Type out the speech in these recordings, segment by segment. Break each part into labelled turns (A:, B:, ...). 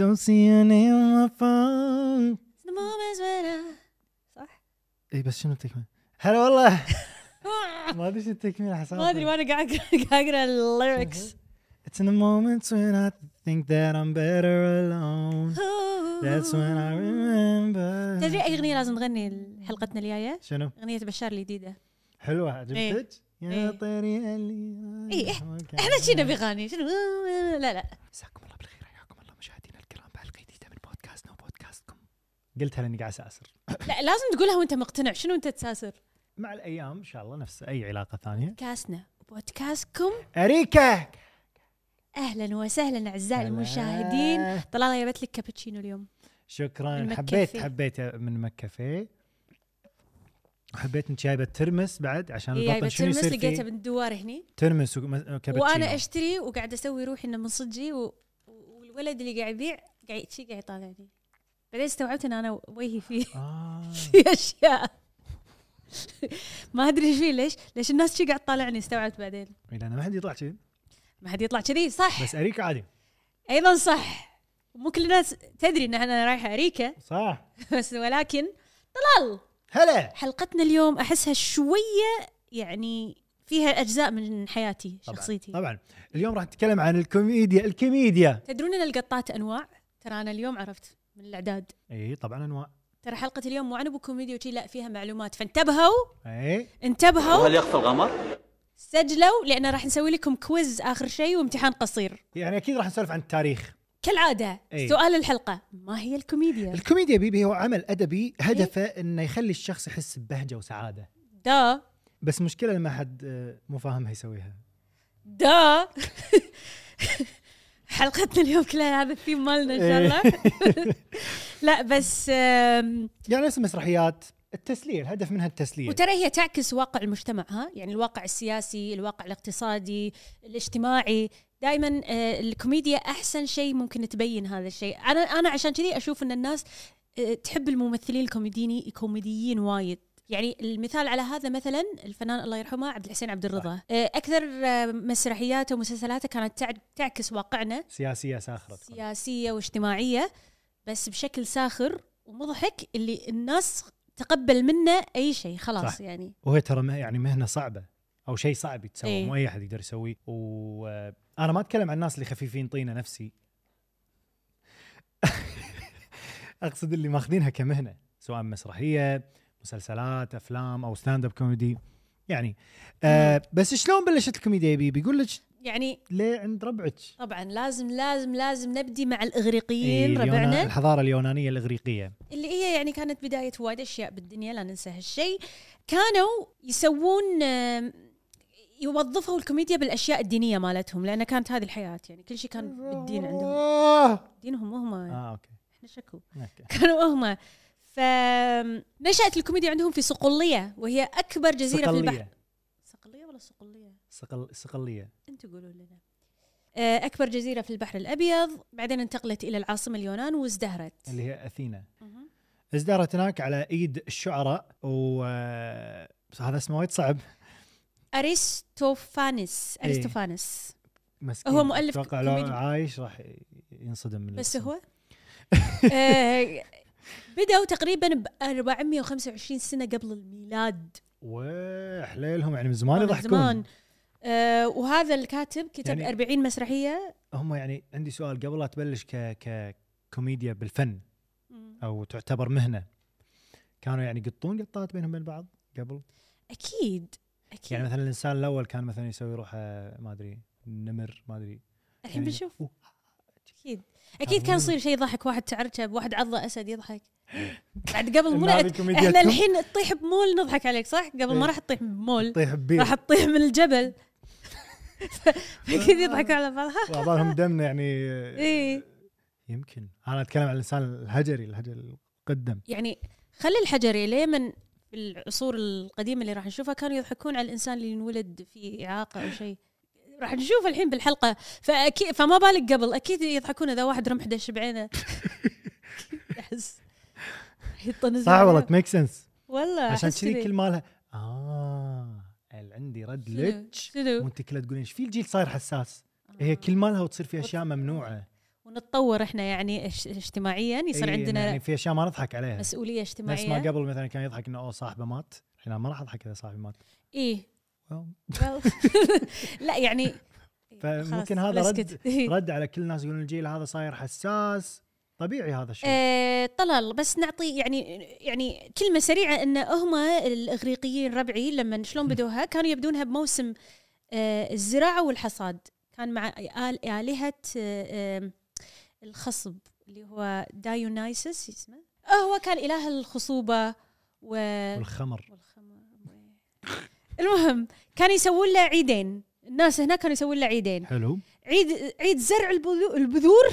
A: don't see your name on my phone
B: The moments when I- صح؟
A: اي إيه بس شنو التكمله؟ هلا والله ما ادري شو التكمله حسام
B: ما ادري وانا قاعد قاعد اقرا الليركس
A: It's in the moments when I think that I'm better alone That's when I remember
B: تدري اي اغنيه لازم نغني حلقتنا الجايه؟
A: شنو؟
B: اغنيه بشار الجديده
A: حلوة عجبتك؟ يا
B: إيه.
A: طيري اللي
B: إيه، احنا شي نبي غاني شنو لا لا
A: مساكم الله بالخير حياكم الله مشاهدينا الكرام بحلقه جديده من بودكاستنا وبودكاستكم قلتها لاني قاعد اساسر
B: لا لازم تقولها وانت مقتنع شنو انت تساسر؟
A: مع الايام ان شاء الله نفس اي علاقه ثانيه
B: بودكاستنا بودكاستكم
A: اريكا
B: اهلا وسهلا اعزائي المشاهدين
A: هلا.
B: طلال جابت لك كابتشينو اليوم من
A: شكرا
B: مك
A: حبيت
B: كافيه.
A: حبيت من مكافيه حبيت انت جايبه ترمس بعد عشان
B: هي جايبه
A: البطن شنو
B: إيه، ترمس
A: يصير
B: لقيتها
A: فيه؟
B: بالدوار هني
A: ترمس وكابتشينو
B: وانا اشتري وقاعد اسوي روحي انه من صدقي و- والولد اللي قاعد يبيع قاعد شي قاعد يطالعني بعدين استوعبت ان انا وجهي فيه
A: آه.
B: في اشياء ما ادري ايش فيه ليش ليش الناس شي قاعد تطالعني استوعبت بعدين
A: إيه، لان ما حد يطلع كذي
B: ما حد يطلع كذي صح
A: بس اريكا عادي
B: ايضا صح مو كل الناس تدري ان انا رايحه امريكا
A: صح
B: بس ولكن طلال
A: هلا
B: حلقتنا اليوم احسها شويه يعني فيها اجزاء من حياتي
A: طبعاً،
B: شخصيتي
A: طبعا اليوم راح نتكلم عن الكوميديا الكوميديا
B: تدرون ان القطات انواع ترى انا اليوم عرفت من الاعداد
A: اي طبعا انواع
B: ترى حلقه اليوم مو عن ابو كوميديا وشي لا فيها معلومات فانتبهوا
A: اي
B: انتبهوا
C: وهل يخفى القمر؟
B: سجلوا لان راح نسوي لكم كويز اخر شيء وامتحان قصير
A: يعني اكيد راح نسولف عن التاريخ
B: كالعاده
A: إيه.
B: سؤال الحلقه ما هي الكوميديا
A: الكوميديا بيبي هو عمل ادبي هدفه انه يخلي الشخص يحس ببهجه وسعاده
B: دا
A: بس مشكله لما حد آه، مو فاهمها يسويها
B: دا حلقتنا اليوم كلها هذا الثيم مالنا ان شاء الله لا بس آم،
A: يعني نفس المسرحيات التسليه الهدف منها التسليه
B: وترى هي تعكس واقع المجتمع ها يعني الواقع السياسي الواقع الاقتصادي الاجتماعي دائما الكوميديا احسن شيء ممكن تبين هذا الشيء انا انا عشان كذي اشوف ان الناس آه، تحب الممثلين الكوميديني الكوميديين وايد يعني المثال على هذا مثلا الفنان الله يرحمه عبد الحسين عبد الرضا آه، اكثر آه، مسرحياته ومسلسلاته كانت تع- تعكس واقعنا
A: سياسيه ساخره تكون.
B: سياسيه واجتماعيه بس بشكل ساخر ومضحك اللي الناس تقبل منه اي شيء خلاص
A: صح.
B: صح. يعني
A: وهي ترى مه- يعني مهنه صعبه او شيء صعب يتسوى
B: إيه.
A: مو اي احد يقدر يسويه وانا ما اتكلم عن الناس اللي خفيفين طينه نفسي اقصد اللي ماخذينها كمهنه سواء مسرحيه مسلسلات افلام او ستاند اب كوميدي يعني آه بس شلون بلشت الكوميديا يا بيبي يقول لك
B: يعني
A: ليه عند ربعك
B: طبعا لازم لازم لازم نبدي مع الاغريقيين
A: إيه،
B: إيه
A: اليونا-
B: ربعنا
A: الحضاره اليونانيه الاغريقيه
B: اللي هي يعني كانت بدايه وايد اشياء بالدنيا لا ننسى هالشيء كانوا يسوون آم، يوظفوا الكوميديا بالاشياء الدينيه مالتهم لان كانت هذه الحياه يعني كل شيء كان بالدين عندهم
A: اه
B: دينهم هم
A: اوكي
B: احنا شكو
A: اوكي
B: كانوا هم فنشأت الكوميديا عندهم في صقلية وهي أكبر جزيرة في البحر
A: صقليه
B: صقلية ولا صقلية؟
A: صقل صقليه
B: أنتوا قولوا لنا آه، أكبر جزيرة في البحر الأبيض بعدين انتقلت إلى العاصمة اليونان وازدهرت
A: اللي هي اثينا
B: مهم.
A: ازدهرت هناك على ايد الشعراء و آه، هذا اسمه وايد صعب
B: أريستوفانس
A: إيه.
B: أريستوفانس
A: مسكين
B: هو مؤلف
A: اتوقع لو
B: كوميدي.
A: عايش راح ينصدم من
B: بس
A: الاسم.
B: هو آه، بدأوا تقريبا ب 425 سنة قبل الميلاد
A: وحليلهم يعني من زمان
B: من
A: يضحكون
B: زمان آه، وهذا الكاتب كتب
A: يعني-
B: 40 مسرحية
A: هم يعني عندي سؤال قبل لا تبلش ك ككوميديا بالفن او تعتبر مهنه كانوا يعني يقطون قطات بينهم بين بعض قبل
B: أكيد أكيد
A: يعني مثلا الانسان الاول كان مثلا يسوي روحه ما ادري نمر ما ادري
B: الحين
A: يعني-
B: بنشوف
A: أوه،
B: اكيد اكيد كان
A: مو-
B: يصير شيء يضحك واحد تعرجب واحد عضه اسد يضحك بعد قبل مو
A: إن هذه
B: نعت- احنا
A: كوميديتهم.
B: الحين تطيح بمول نضحك عليك صح قبل
A: إيه.
B: ما راح تطيح بمول
A: طيح ببير
B: راح تطيح من الجبل فكذا يضحكوا على بعض
A: واعضائهم دمنا يعني آه،
B: اي
A: يمكن انا اتكلم عن الانسان الهجري الهجري القدم
B: يعني خلي الحجري ليه من في العصور القديمه اللي راح نشوفها كانوا يضحكون على الانسان اللي ينولد في اعاقه او شيء راح نشوف الحين بالحلقه فاكيد فما بالك قبل اكيد يضحكون اذا واحد رمح دش بعينه احس يطنز
A: صح
B: عليه.
A: والله ميك سنس
B: والله
A: عشان
B: آه، أحس
A: كذي كل مالها اه ال- عندي رد
B: شنو؟
A: لج
B: شنو
A: وانت كلها تقولين ايش في الجيل صاير حساس
B: آه.
A: هي كل مالها وتصير في اشياء ممنوعه
B: ونتطور احنا يعني اش- اجتماعيا يصير
A: إي،
B: إيه، عندنا
A: يعني في اشياء ما نضحك عليها
B: مسؤوليه
A: نفس ما
B: اجتماعيه
A: قبل مثلا كان يضحك انه اوه صاحبه مات الحين أنا ما راح اضحك اذا صاحبي مات
B: اي
A: Well،
B: إيه، لا يعني
A: فممكن
B: خلاص،
A: هذا
B: لا
A: رد-
B: اسكت. إي.
A: رد على كل الناس يقولون الجيل هذا صاير حساس طبيعي هذا الشيء
B: آه، طلال بس نعطي يعني يعني كلمه سريعه ان هم الاغريقيين ربعي لما شلون بدوها كانوا يبدونها بموسم آه، الزراعه والحصاد كان مع آل الهه آه، آم، الخصب اللي هو دايونايسس اسمه آه، هو كان اله الخصوبه و...
A: والخمر
B: والخمر المهم كان يسوون له عيدين الناس هناك كانوا يسوون له عيدين
A: حلو
B: عيد عيد زرع البذو- البذور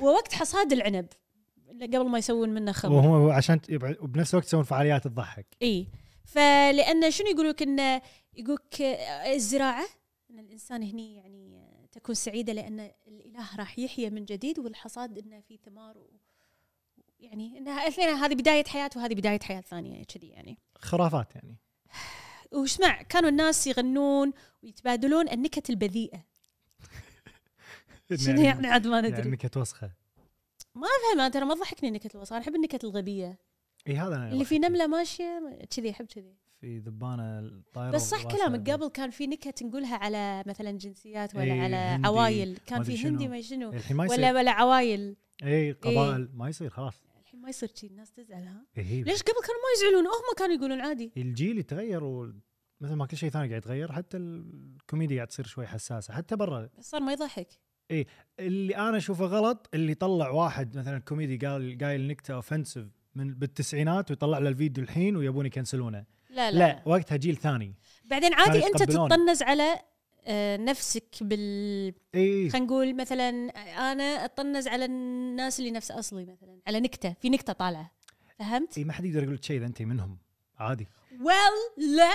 B: ووقت حصاد العنب قبل ما يسوون منه خمر
A: وهم عشان ت- يبع- وبنفس الوقت يسوون فعاليات تضحك
B: اي فلان شنو يقولوك انه يقولك آه، الزراعه ان الانسان هني يعني آه، تكون سعيده لان الاله راح يحيى من جديد والحصاد انه في ثمار و يعني انها الاثنين هذه بدايه حياه وهذه بدايه حياه ثانيه كذي يعني
A: خرافات يعني
B: واسمع كانوا الناس يغنون ويتبادلون النكت البذيئه شنو يعني عاد ما ندري
A: يعني نكت وسخه
B: فاهمة ترى ما تضحكني النكت الوسخة أنا أحب النكت الغبية
A: اي هذا أنا
B: اللي في
A: راح-
B: نملة ماشية ما- كذي أحب كذي
A: في ذبانه طايره
B: بس صح
A: وراسها
B: كلامك قبل كان في نكت نقولها على مثلا جنسيات ولا
A: إيه،
B: على
A: هندي،
B: عوايل كان
A: ما أدري
B: في هندي
A: شنو.
B: ما شنو
A: الحين ما يصير
B: ولا ولا عوايل
A: اي قبائل ما يصير خلاص
B: الحين ما يصير شي الناس تزعل ها
A: إيه
B: ليش قبل كانوا ما يزعلون هم كانوا يقولون عادي
A: الجيل يتغير و... مثل ما كل شيء ثاني قاعد يتغير حتى الكوميديا قاعد تصير شوي حساسه حتى برا
B: بس صار ما يضحك
A: اللي انا اشوفه غلط اللي طلع واحد مثلا كوميدي قال قايل نكته اوفنسيف من بالتسعينات ويطلع له الفيديو الحين ويبون يكنسلونه
B: لا لا,
A: لا, لا وقتها جيل ثاني
B: بعدين عادي
A: كانوا
B: أنت
A: يتقبلون.
B: تطنز على آه، نفسك بال
A: اي
B: خلينا نقول مثلا انا اطنز على الناس اللي نفس اصلي مثلا على نكته في نكته طالعه فهمت؟
A: اي ما حد يقدر يقول لك شيء اذا انت منهم عادي
B: ويل لا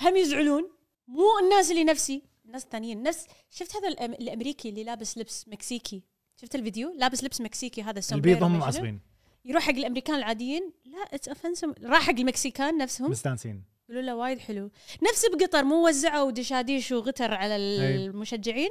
B: هم يزعلون مو الناس اللي نفسي الناس الثانيين نفس شفت هذا الأم- الامريكي اللي لابس لبس مكسيكي شفت الفيديو لابس لبس مكسيكي هذا السومبريرو
A: البيض هم
B: ما شنو.
A: معصبين
B: يروح حق الامريكان العاديين لا اتس اوفنسيف راح حق المكسيكان نفسهم
A: مستانسين
B: يقولوا له وايد حلو نفس بقطر مو وزعوا دشاديش وغتر على ال-
A: أي.
B: المشجعين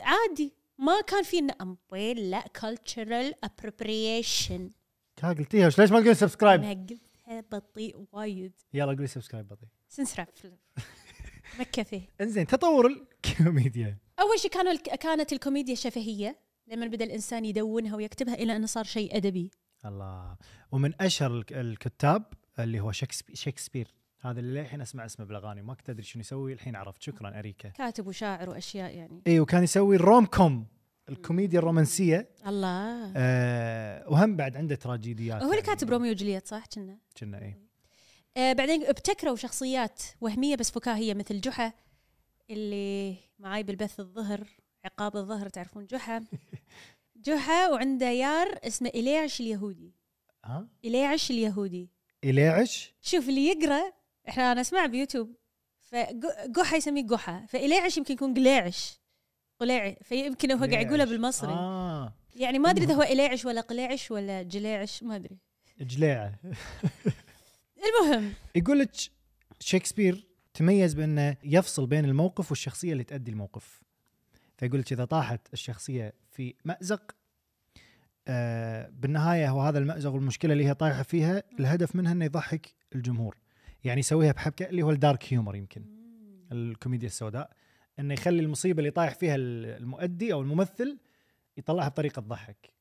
B: عادي ما كان في نأم ويل لا cultural appropriation
A: كا قلتيها وش- ليش ما تقول سبسكرايب
B: انا قلتها بطيء وايد
A: يلا قولي سبسكرايب بطيء
B: سنسرف مكة فيه
A: انزين تطور الكوميديا
B: اول شيء كانوا الك- كانت الكوميديا شفهيه لما بدا الانسان يدونها ويكتبها الى انه صار شيء ادبي
A: الله ومن اشهر الك- الكتاب اللي هو شكسبي- شكسبير هذا اللي للحين اسمع اسمه بالاغاني ما كنت ادري شنو يسوي الحين عرفت شكرا اريكا
B: كاتب وشاعر واشياء يعني
A: اي وكان يسوي الروم كوم الكوميديا الرومانسيه
B: الله
A: آه وهم بعد عنده تراجيديات
B: هو اللي
A: يعني
B: كاتب روميو وجولييت صح كنا
A: كنا إيه. اي
B: آه بعدين ابتكروا شخصيات وهميه بس فكاهيه مثل جحا اللي معاي بالبث الظهر عقاب الظهر تعرفون جحا جحا وعنده يار اسمه اليعش اليهودي
A: ها
B: اليعش اليهودي
A: اليعش
B: شوف اللي يقرا احنا انا اسمع بيوتيوب فجحا يسميه جحا فإليعش يمكن يكون قليعش قليعي فيمكن هو قاعد يقولها
A: إليعش.
B: بالمصري آه.
A: اه
B: يعني ما ادري اذا هو إليعش ولا قليعش ولا جليعش ما ادري
A: جليعه
B: المهم
A: يقول لك شكسبير تميز بانه يفصل بين الموقف والشخصيه اللي تؤدي الموقف فيقول لك اذا طاحت الشخصيه في مازق آه بالنهايه هو هذا المازق والمشكله اللي هي طايحه فيها الهدف منها انه يضحك الجمهور يعني يسويها بحبكه اللي هو الدارك هيومر يمكن الكوميديا السوداء انه يخلي المصيبه اللي طايح فيها المؤدي او الممثل يطلعها بطريقه تضحك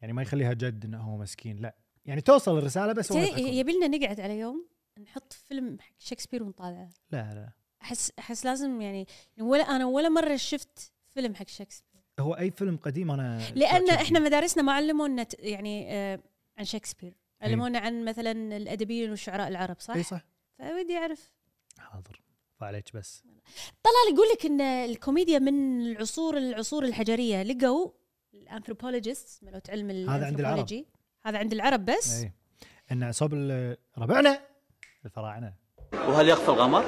A: يعني ما يخليها جد انه هو مسكين لا يعني توصل الرساله بس هو يضحكون.
B: يبي لنا نقعد على يوم نحط فيلم حق شكسبير ونطالعه
A: لا لا
B: احس احس لازم يعني ولا انا ولا مره شفت فيلم حق شكسبير
A: هو اي فيلم قديم انا
B: لان
A: تعجبني.
B: احنا مدارسنا ما علمونا ت- يعني آه عن شكسبير علمونا عن مثلا الادبيين والشعراء العرب أيوة. صح؟
A: اي صح
B: فودي اعرف
A: حاضر فعليك بس
B: طلال يقول لك ان الكوميديا من العصور العصور الحجريه لقوا الانثروبولوجيست مالت علم
A: هذا عند العرب. إيه.
B: الانثروبولوجي هذا عند العرب بس
A: اي ان عصاب ال- ربعنا الفراعنه
C: وهل يخفى القمر؟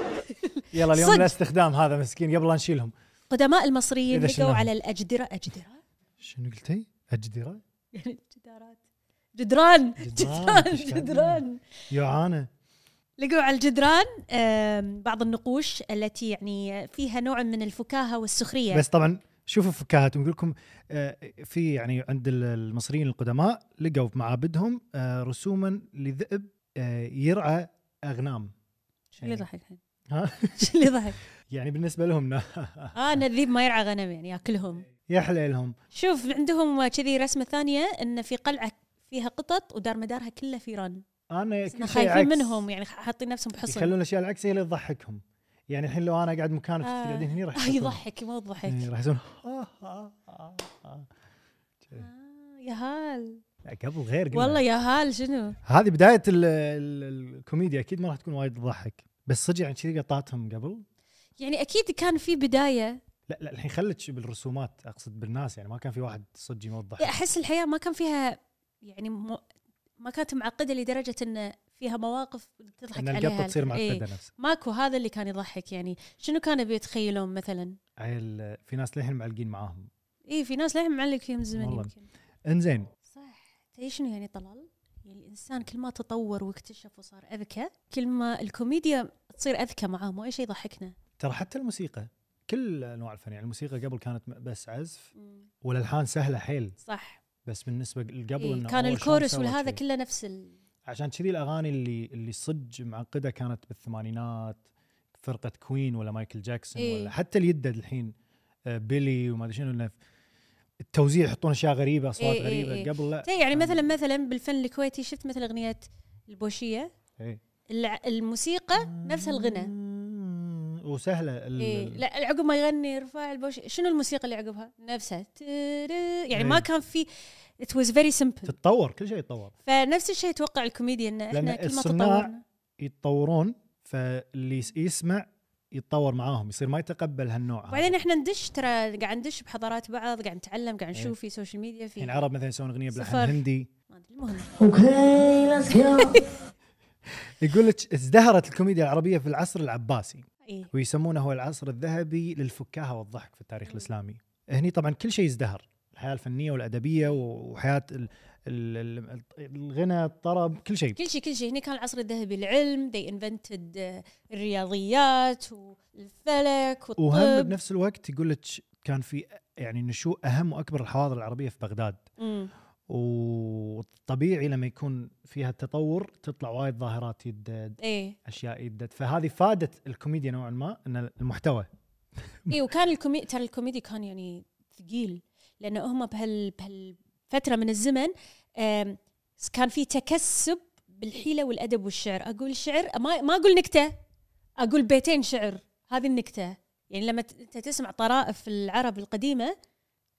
A: يلا اليوم
B: صدق.
A: لا استخدام هذا مسكين قبل لا نشيلهم
B: قدماء المصريين
A: إذا
B: لقوا
A: شلناهم.
B: على الاجدره اجدره
A: شنو قلتي؟ اجدره؟
B: يعني الجدارات جدران
A: جدران،
B: جدران
A: إيش قاعد
B: جدران
A: يعانى
B: لقوا على الجدران آم، بعض النقوش التي يعني فيها نوع من الفكاهه والسخريه
A: بس طبعا شوفوا فكاهتهم يقول لكم آه، في يعني عند ال- المصريين القدماء لقوا في معابدهم آه، رسوما لذئب آه، يرعى اغنام
B: شو اللي ضحك الحين؟
A: ها؟
B: شو اللي ضحك؟
A: يعني بالنسبه لهم نا-
B: اه ان الذيب ما يرعى غنم يعني ياكلهم
A: يا حليلهم
B: شوف عندهم كذي رسمه ثانيه ان في قلعه فيها قطط ودار مدارها كله فيران
A: انا
B: بس إحنا
A: إيه، كل شيء
B: خايفين
A: عكس.
B: منهم يعني حاطين نفسهم بحصن
A: يخلون الاشياء العكس هي اللي تضحكهم يعني الحين لو انا قاعد مكانك
B: آه.
A: آه. قاعدين هني راح
B: آه
A: يضحكون.
B: يضحك ما
A: إيه،
B: يضحك
A: راح يسوون آه، آه، آه، آه.
B: آه، يا هال
A: لا قبل غير قبل.
B: والله يا هال شنو
A: هذه بدايه ال ال الكوميديا اكيد ما راح تكون وايد تضحك بس صدق يعني كذي قطعتهم قبل
B: يعني اكيد كان في بدايه
A: لا لا الحين خلتش بالرسومات اقصد بالناس يعني ما كان في واحد صدق يوضح
B: احس الحياه ما كان فيها يعني مو ما كانت معقده لدرجه ان فيها مواقف تضحك
A: ان
B: عليها
A: القطه تصير
B: إيه.
A: معقده نفسها
B: ماكو هذا اللي كان يضحك يعني شنو كانوا بيتخيلون مثلا
A: عيل في ناس للحين معلقين معاهم
B: اي إيه، في ناس للحين معلق فيهم زمن
A: والله.
B: يمكن
A: انزين
B: صح تدري شنو يعني طلال؟ يعني الانسان كل ما تطور واكتشف وصار اذكى كل ما الكوميديا تصير اذكى معاه مو اي شيء يضحكنا
A: ترى حتى الموسيقى كل انواع الفن يعني الموسيقى قبل كانت م- بس عزف والالحان سهله حيل
B: صح
A: بس بالنسبه لقبل
B: إيه
A: إنه
B: كان
A: أول شلون
B: الكورس
A: سوى
B: والهذا
A: شيء.
B: كله نفس ال...
A: عشان كذي الاغاني اللي اللي صج معقده كانت بالثمانينات فرقه كوين ولا مايكل جاكسون
B: إيه.
A: ولا حتى اليدد الحين آه، بيلي وما ادري شنو إنه التوزيع يحطون اشياء غريبه اصوات
B: إيه، إيه،
A: غريبه
B: إيه.
A: قبل لا
B: زي يعني
A: كان-
B: مثلا مثلا بالفن الكويتي شفت مثل اغنيه البوشيه
A: إيه.
B: الع- الموسيقى نفس الغنى
A: وسهله ال-
B: إيه
A: ال-
B: لا عقب ما يغني رفاع البوشيه شنو الموسيقى اللي عقبها؟ نفسها ترى- يعني ما
A: إيه.
B: كان في it was very simple
A: تتطور كل شيء يتطور
B: فنفس الشيء اتوقع الكوميديا ان احنا
A: لأن
B: كل ما
A: الصناع
B: تطورنا
A: يتطورون فاللي يس- يسمع يتطور معاهم يصير ما يتقبل هالنوع هذا.
B: وبعدين احنا ندش ترى قاعد ندش بحضارات بعض قاعد نتعلم قاعد
A: إيه.
B: نشوف في سوشيال ميديا في
A: الحين العرب مثلا يسوون اغنيه بلحن
B: صفر.
A: هندي
B: ما ادري المهم
C: Okay, let's go.
A: يقول لك ازدهرت الكوميديا العربيه في العصر العباسي
B: اي
A: ويسمونه هو العصر الذهبي للفكاهه والضحك في التاريخ الاسلامي. هني طبعا كل شيء ازدهر، الحياه الفنيه والادبيه وحياه ال ال ال الغنى، الطرب، كل شيء.
B: كل شيء كل شيء هنا كان العصر الذهبي العلم they invented آه، الرياضيات والفلك
A: وهم
B: والطب
A: بنفس الوقت يقول لك كان في يعني نشوء اهم واكبر الحواضر العربيه في بغداد،
B: مم.
A: وطبيعي لما يكون فيها التطور تطلع وايد ظاهرات يدد،
B: ايه
A: اشياء يدد، فهذه فادت الكوميديا نوعا ما ان المحتوى
B: ايه وكان الكومي ترى الكوميدي كان يعني ثقيل لانه هم بهال بهالفتره من الزمن آم، كان في تكسب بالحيله والادب والشعر اقول شعر ما ما اقول نكته اقول بيتين شعر هذه النكته يعني لما ت- انت تسمع طرائف العرب القديمه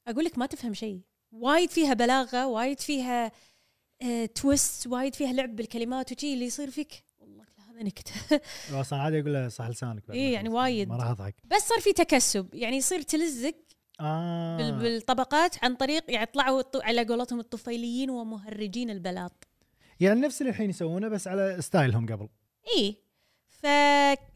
B: اقول لك ما تفهم شيء وايد فيها بلاغه وايد فيها آه، تويست وايد فيها لعب بالكلمات وشي اللي يصير فيك والله هذا نكته
A: اصلا عادي اقول له صح لسانك بعد
B: إيه،
A: ما
B: يعني
A: خلص.
B: وايد.
A: ما راح اضحك
B: بس صار في تكسب يعني يصير تلزق
A: آه.
B: بال- بالطبقات عن طريق يعني طلعوا الط- على قولتهم الطفيليين ومهرجين البلاط
A: يعني نفس اللي الحين يسوونه بس على ستايلهم قبل
B: اي
A: إيه.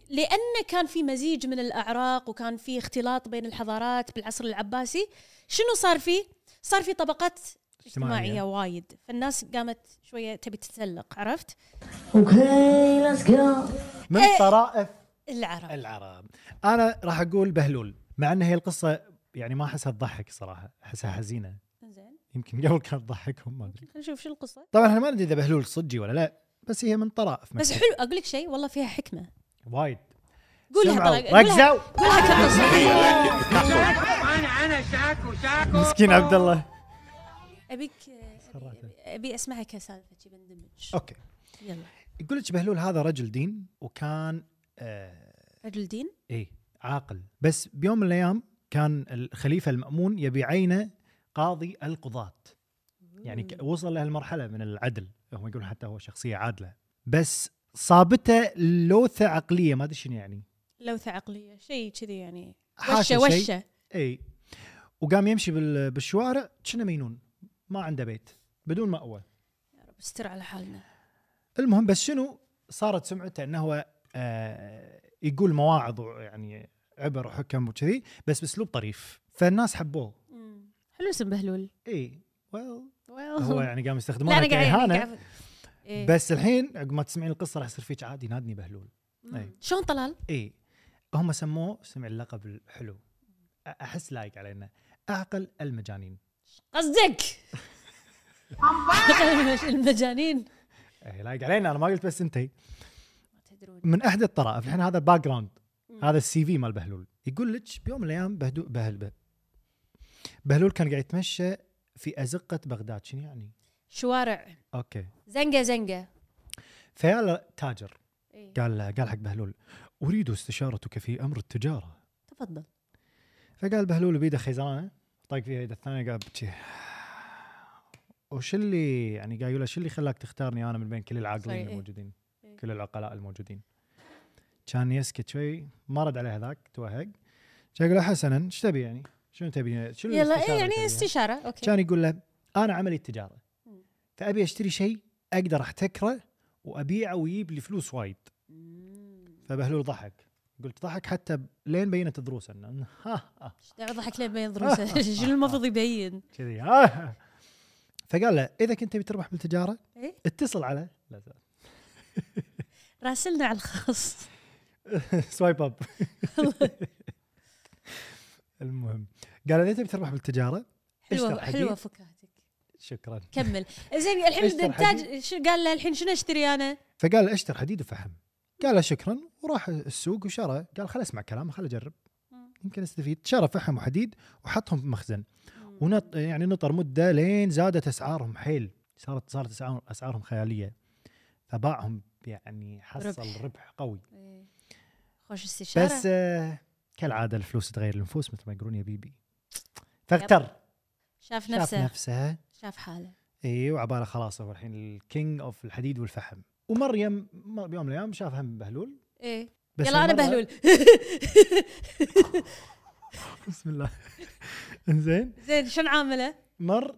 B: فلأنه كان في مزيج من الأعراق وكان في اختلاط بين الحضارات بالعصر العباسي شنو صار فيه؟ صار في طبقات اجتماعية وايد فالناس قامت شوية تبي تتسلق عرفت؟
C: Okay, let's go.
A: من
B: إيه.
A: طرائف
B: العرب
A: العرب انا راح اقول بهلول مع ان هي القصه يعني ما احسها تضحك صراحه احسها حزينه
B: زين
A: يمكن قبل كانت تضحكهم ما ادري
B: خلينا نشوف شو القصة
A: طبعا احنا ما ندري اذا بهلول صجي ولا لا بس هي من طرائف
B: بس
A: مكة.
B: حلو أقول لك شيء والله فيها حكمة
A: وايد
B: قولها
A: سمعوا.
B: طلع- قولها
A: ركزوا
B: قولها كقصة
A: مسكين عبد الله
B: أبيك أبي, أبي أسمعها كسالفة شي بندمج
A: اوكي
B: يلا
A: يقول لك بهلول هذا رجل دين وكان آه
B: رجل دين
A: ايه عاقل بس بيوم من الايام كان الخليفه المامون يبي عينه قاضي القضاة يعني ك- وصل لهالمرحله من العدل هم يقولون حتى هو شخصيه عادله بس صابته لوثه عقليه ما ادري شنو يعني
B: لوثة عقلية شيء كذي يعني
A: حاشا
B: وشة
A: شيء.
B: وشة
A: اي وقام يمشي بال- بالشوارع كنا مينون ما عنده بيت بدون مأوى
B: يا رب استر على حالنا
A: المهم بس شنو صارت سمعته انه هو آه يقول مواعظ يعني عبر وحكم وكذي بس باسلوب طريف فالناس حبوه
B: حلو اسم بهلول
A: اي ويل هو
B: لا
A: يعني قام يستخدمونها
B: انا قاعد
A: كإهانة
B: يعني إيه.
A: بس الحين عقب ما تسمعين القصة راح يصير فيك عادي نادني بهلول
B: مم.
A: إيه.
B: شلون طلال؟
A: اي هم سموه سمع اللقب الحلو أ- احس لايق علينا اعقل المجانين
B: قصدك المجانين
A: إيه، لايق علينا انا ما قلت بس انتي
B: ما تدرون
A: من احدى الطرائف الحين هذا الباك جراوند هذا السي في مال بهلول يقول لك بيوم من الايام بهدو بهل به- بهلول كان قاعد يتمشى في ازقه بغداد شنو يعني؟
B: شوارع
A: اوكي
B: زنقه زنقه
A: فيا تاجر
B: إيه.
A: قال قال حق بهلول اريد استشارتك في امر التجاره
B: تفضل
A: فقال بهلول طيب بيده خزانه طاق فيها يده الثانيه قال بشي وش اللي يعني قايل له شو اللي خلاك تختارني انا من بين كل
B: صحيح،
A: العاقلين
B: إيه.
A: الموجودين
B: إيه.
A: كل العقلاء الموجودين كان يسكت شوي ما رد عليه هذاك توهق كان يقول له حسنا ايش تبي يعني؟ شنو تبي؟ شنو
B: يلا
A: الاستشارة
B: إيه
A: اللي
B: يعني
A: تبيها؟
B: استشاره اوكي
A: كان يقول له انا عملي التجاره
B: مم.
A: فابي اشتري شيء اقدر احتكره وابيعه ويجيب لي فلوس وايد
B: مم.
A: فبهلول ضحك قلت ضحك حتى ب- لين بينت دروسه إنه ها ها
B: إيش دعوة ضحك ليه بين ضروسه شنو المفروض يبين
A: كذي آه. فقال له اذا كنت تبي تربح بالتجاره
B: إيه؟
A: اتصل على لا،
B: راسلنا على الخاص
A: سوايب اب المهم قال اذا تبي تربح بالتجاره
B: حلوه
A: اشتر
B: حلوه
A: حديد.
B: فكاهتك
A: شكرا
B: كمل زين الحين
A: اشتر
B: الدجاج شو قال له الحين شنو اشتري انا؟
A: فقال له اشتر حديد وفحم قال له شكرا وراح السوق وشرى قال خل اسمع كلامه خل اجرب
B: مم.
A: يمكن استفيد شرى فحم وحديد وحطهم في مخزن ونط يعني نطر مده لين زادت اسعارهم حيل صارت صارت اسعار اسعارهم خياليه فباعهم يعني حصل
B: ربح.
A: ربح, ربح قوي
B: إيه. خوش استشاره
A: بس آه، كالعاده الفلوس تغير النفوس مثل ما يقولون يا بيبي فاغتر
B: شاف
A: شاف
B: نفسه
A: نفسه
B: شاف حاله
A: اي وعباله خلاص هو الحين الكينج اوف الحديد والفحم ومريم م- بيوم من الايام شاف هم بهلول
B: ايه
A: بس
B: يلا انا
A: هالمرة-
B: بهلول
A: بسم الله انزين
B: زين شنو عامله؟
A: مر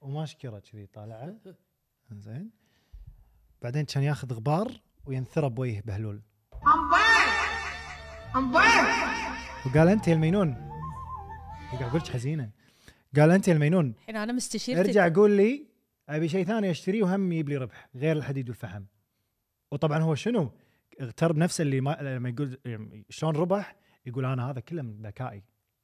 A: وماشكره كذي طالعه انزين بعدين كان ياخذ غبار وينثره بوجه بهلول وقال انت يا المينون قاعد اقول لك حزينه قال انت يا المينون
B: الحين انا مستشيرتك
A: ارجع قول لي ابي شيء ثاني اشتريه وهم يجيب لي ربح غير الحديد والفحم وطبعا هو شنو اغتر بنفسه اللي ما لما يقول شلون ربح يقول انا هذا كله من ذكائي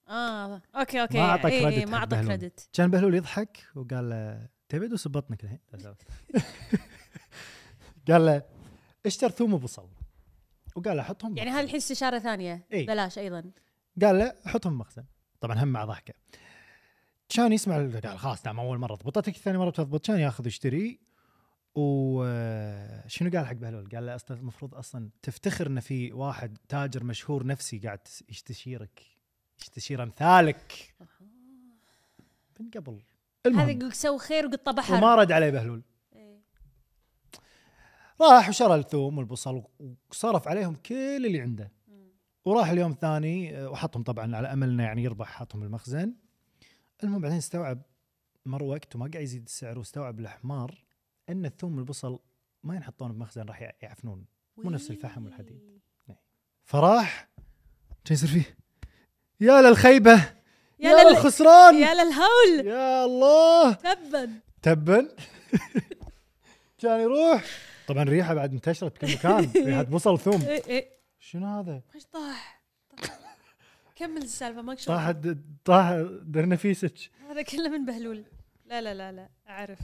B: اه اوكي اوكي
A: ما أعطى
B: إيه، إيه،
A: credit
B: ما
A: حق
B: اعطى
A: بهلول.
B: كريدت
A: كان بهلول يضحك وقال له تبي ادوس ببطنك الحين قال له اشتر ثوم وبصل وقال له حطهم
B: يعني هذه الحين استشاره ثانيه
A: إيه.
B: بلاش ايضا
A: قال له حطهم بمخزن طبعا هم مع ضحكه كان يسمع ال- قال خلاص نعم، دام اول مره ضبطتك ثاني مره بتضبط كان ياخذ يشتري وشنو قال حق بهلول؟ قال له اصلا المفروض اصلا تفتخر ان في واحد تاجر مشهور نفسي قاعد يستشيرك يستشير امثالك من قبل
B: هذا
A: المهم
B: يقول سو خير وقطه بحر
A: وما رد عليه بهلول
B: إيه.
A: راح وشرى الثوم والبصل وصرف عليهم كل اللي عنده
B: مم.
A: وراح اليوم الثاني آه، وحطهم طبعا على امل انه يعني يربح حطهم المخزن المهم بعدين استوعب مر وقت وما قاعد يزيد السعر واستوعب الحمار ان الثوم والبصل ما ينحطون بمخزن راح يع- يعفنون مو نفس الفحم والحديد. فراح شو يصير فيه؟ يا للخيبه
B: يا
A: يا,
B: لل-
A: يا للخسران يا,
B: يا للهول
A: يا الله
B: تبا
A: تبا كان يروح طبعا الريحه بعد انتشرت بكل مكان ريحه بصل ثوم
B: إيه، إيه.
A: شنو هذا؟
B: مش طاح طاح. كمل السالفه ماك شغل.
A: طاح طاح درنفيسك
B: هذا كله من بهلول لا لا لا لا اعرف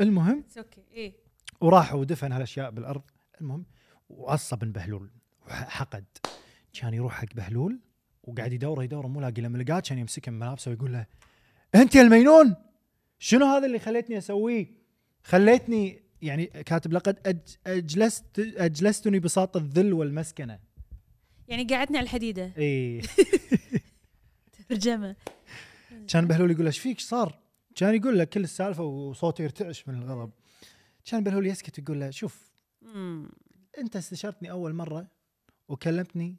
A: المهم
B: اتس اوكي ايه
A: وراح ودفن هالاشياء بالارض المهم وعصب من بهلول وحقد كان يروح حق بهلول وقاعد يدوره يدوره مو لاقي لما لقاه كان يمسكه من ملابسه ويقول له انت يا المينون شنو هذا اللي خليتني اسويه؟ خليتني يعني كاتب لقد أج اجلست اجلستني بساط الذل والمسكنه
B: يعني قعدنا على الحديده
A: اي
B: ترجمه
A: كان بهلول يقول له ايش فيك إيش صار؟ كان يقول له كل السالفه وصوته يرتعش من الغضب كان بهلول يسكت ويقول له شوف
B: مم.
A: انت استشرتني اول مره وكلمتني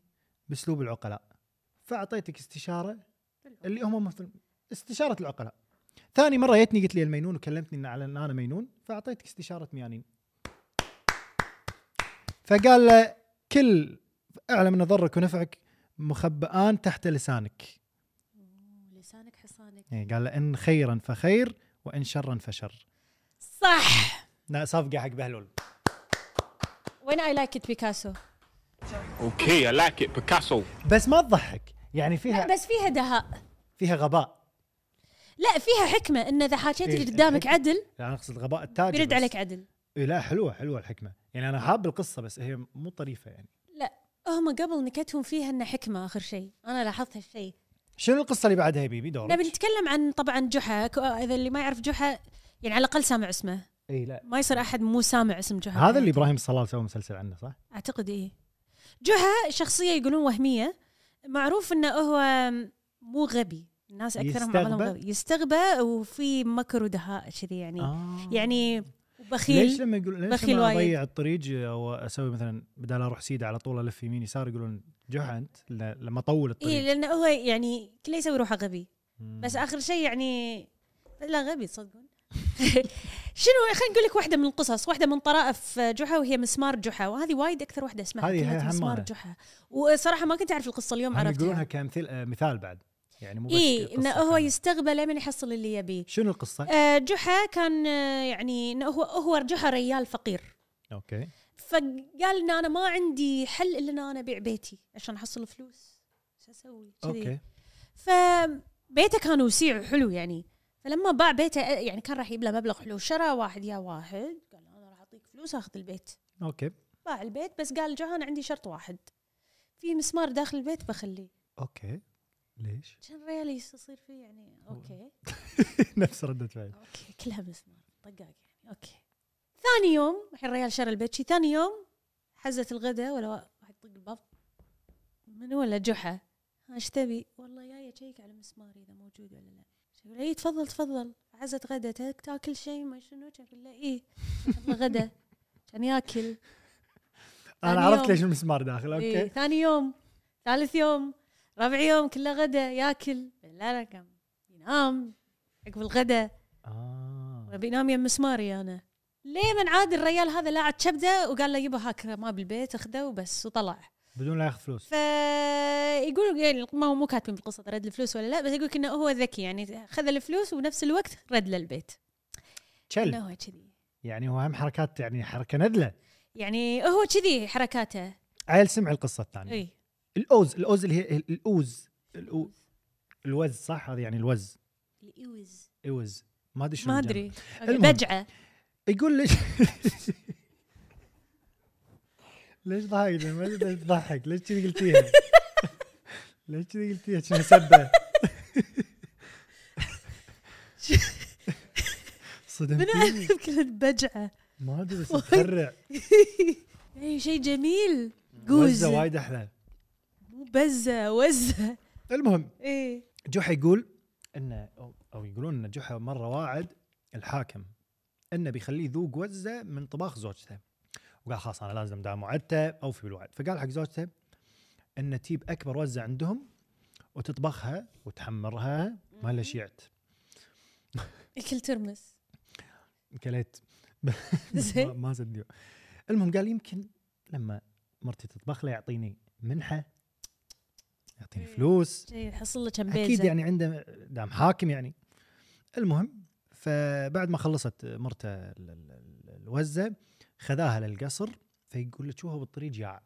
A: باسلوب العقلاء فاعطيتك استشاره اللي هم مثل استشاره العقلاء ثاني مره جتني قلت لي المينون وكلمتني ان على ان انا مينون فاعطيتك استشاره ميانين فقال له كل اعلم ان ضرك ونفعك مخبآن تحت لسانك
B: لسانك حصانك
A: يعني قال له ان خيرا فخير وان شرا فشر
B: صح
A: لا، صفقه حق بهلول
B: وين اي لايك ات بيكاسو
D: Okay, I like it, Picasso.
A: بس ما تضحك يعني فيها
B: بس فيها دهاء
A: فيها غباء
B: لا فيها حكمه ان اذا حاكيت
A: إيه،
B: اللي قدامك
A: الحكمة.
B: عدل
A: يعني انا اقصد غباء التاجر
B: بيرد
A: بس.
B: عليك عدل
A: إيه لا حلوه حلوه الحكمه يعني انا حاب القصه بس هي مو طريفه يعني
B: هم Oh قبل نكتهم فيها انه حكمه اخر شيء انا لاحظت هالشيء
A: شنو القصه اللي بعدها يا بيبي دورك
B: نبي نتكلم عن طبعا جحا ك- اذا اللي ما يعرف جحا يعني على الاقل سامع اسمه
A: اي لا
B: ما يصير احد مو سامع اسم جحا
A: هذا اللي ابراهيم الصلال سوى مسلسل عنه صح؟
B: اعتقد ايه جحا شخصيه يقولون وهميه معروف انه هو مو غبي الناس اكثرهم
A: يستغبى؟
B: عقلهم غبي يستغبى وفي مكر ودهاء كذي يعني آه.
A: آه.
B: يعني
A: ليش
B: بخيل
A: لما يقول ليش
B: بخيل
A: لما
B: وايد.
A: اضيع الطريق او اسوي مثلا بدال اروح سيده على طول الف يمين يسار يقولون جحا انت ل- لما اطول
B: اي
A: الطريق
B: لانه إيه، هو يعني كله يسوي روحه غبي
A: مم.
B: بس اخر شيء يعني لا غبي تصدقون شنو خلينا نقول لك واحده من القصص واحده من طرائف جحا وهي مسمار جحا وهذه وايد اكثر واحده اسمها
A: هذه
B: كلمه
A: هي
B: مسمار
A: همانة.
B: جحا وصراحه ما كنت اعرف القصه اليوم
A: هم يقولونها
B: عرفتها
A: كمثل آه، مثال بعد يعني مو بس
B: اي
A: قصة
B: انه هو
A: كاملة.
B: يستغبى لمن يحصل اللي يبيه
A: شنو القصه؟
B: آه، جحا كان آه، يعني انه هو هو جحا ريال فقير
A: اوكي
B: فقال ان انا ما عندي حل الا ان انا ابيع بيتي عشان احصل فلوس شو اسوي؟ كذي.
A: اوكي
B: فبيته كان وسيع وحلو يعني فلما باع بيته يعني كان راح يجيب له مبلغ حلو شرى واحد يا واحد قال له انا راح اعطيك فلوس اخذ البيت
A: اوكي
B: باع البيت بس قال جهان عندي شرط واحد في مسمار داخل البيت بخليه
A: اوكي ليش؟
B: كان ريالي يصير فيه يعني اوكي
A: نفس رده فعل
B: اوكي كلها مسمار طقاق يعني اوكي ثاني يوم الحين ريال شرى البيت شي ثاني يوم حزت الغداء ولا واحد يطق الباب من ولا جحا ها، ايش تبي؟ والله جايه اشيك على مسماري اذا موجود ولا لا يقول اي تفضل تفضل عزت غدا تاك- تاكل شيء ما شنو كان يقول له اي غدا إيه. كان ياكل
A: انا
B: ثاني
A: عرفت
B: يوم.
A: ليش المسمار داخل
B: إيه
A: اوكي
B: ثاني يوم ثالث يوم رابع يوم كله غدا ياكل لا لا كم ينام عقب الغدا
A: اه
B: ابي انام يم مسماري انا ليه من عاد الريال هذا لاعب كبده وقال له يبا هاك ما بالبيت اخذه وبس وطلع
A: بدون لا ياخذ فلوس
B: فيقولوا يعني ما هو مو كاتبين بالقصه رد الفلوس ولا لا بس يقول انه هو ذكي يعني خذ الفلوس وبنفس الوقت رد للبيت
A: تشل
B: انه هو كذي
A: يعني هو هم حركات يعني حركه ندله
B: يعني هو كذي حركاته إيه.
A: عيل سمع القصه الثانيه
B: اي
A: الاوز الاوز اللي هي الاوز الأو- الوز صح هذا يعني الوز
B: الإوز
A: اوز ما ادري شنو
B: ما
A: الجمع.
B: ادري أوكي،
A: المهم.
B: بجعه
A: يقول ليش ليش ضحكت ما ادري ليش تضحك ليش كذي قلتيها ليش كذي قلتيها شنو سبه
B: من
A: صدمتيني
B: اعرف كلمه بجعه
A: ما ادري بس تفرع
B: يعني شيء جميل جوز
A: وزه وايد احلى
B: مو بزه وزه
A: المهم
B: ايه
A: جحا يقول انه او أو يقولون ان جحا مره واعد الحاكم انه بيخليه يذوق وزه من طباخ زوجته وقال خلاص انا لازم دام وعدته اوفي بالوعد فقال حق زوجته ان تجيب اكبر وزه عندهم وتطبخها وتحمرها ما لها شيعت
B: اكل إيه، ترمس
A: كليت ما-
B: زين
A: ما صدق المهم قال يمكن لما مرتي تطبخ له يعطيني منحه يعطيني
B: إيه.
A: فلوس
B: جاي يحصل له كم بيزه
A: اكيد يعني عنده دام حاكم يعني المهم فبعد ما خلصت مرته ال- ال- ال- الوزه خذاها للقصر فيقول لك وهو بالطريق جاع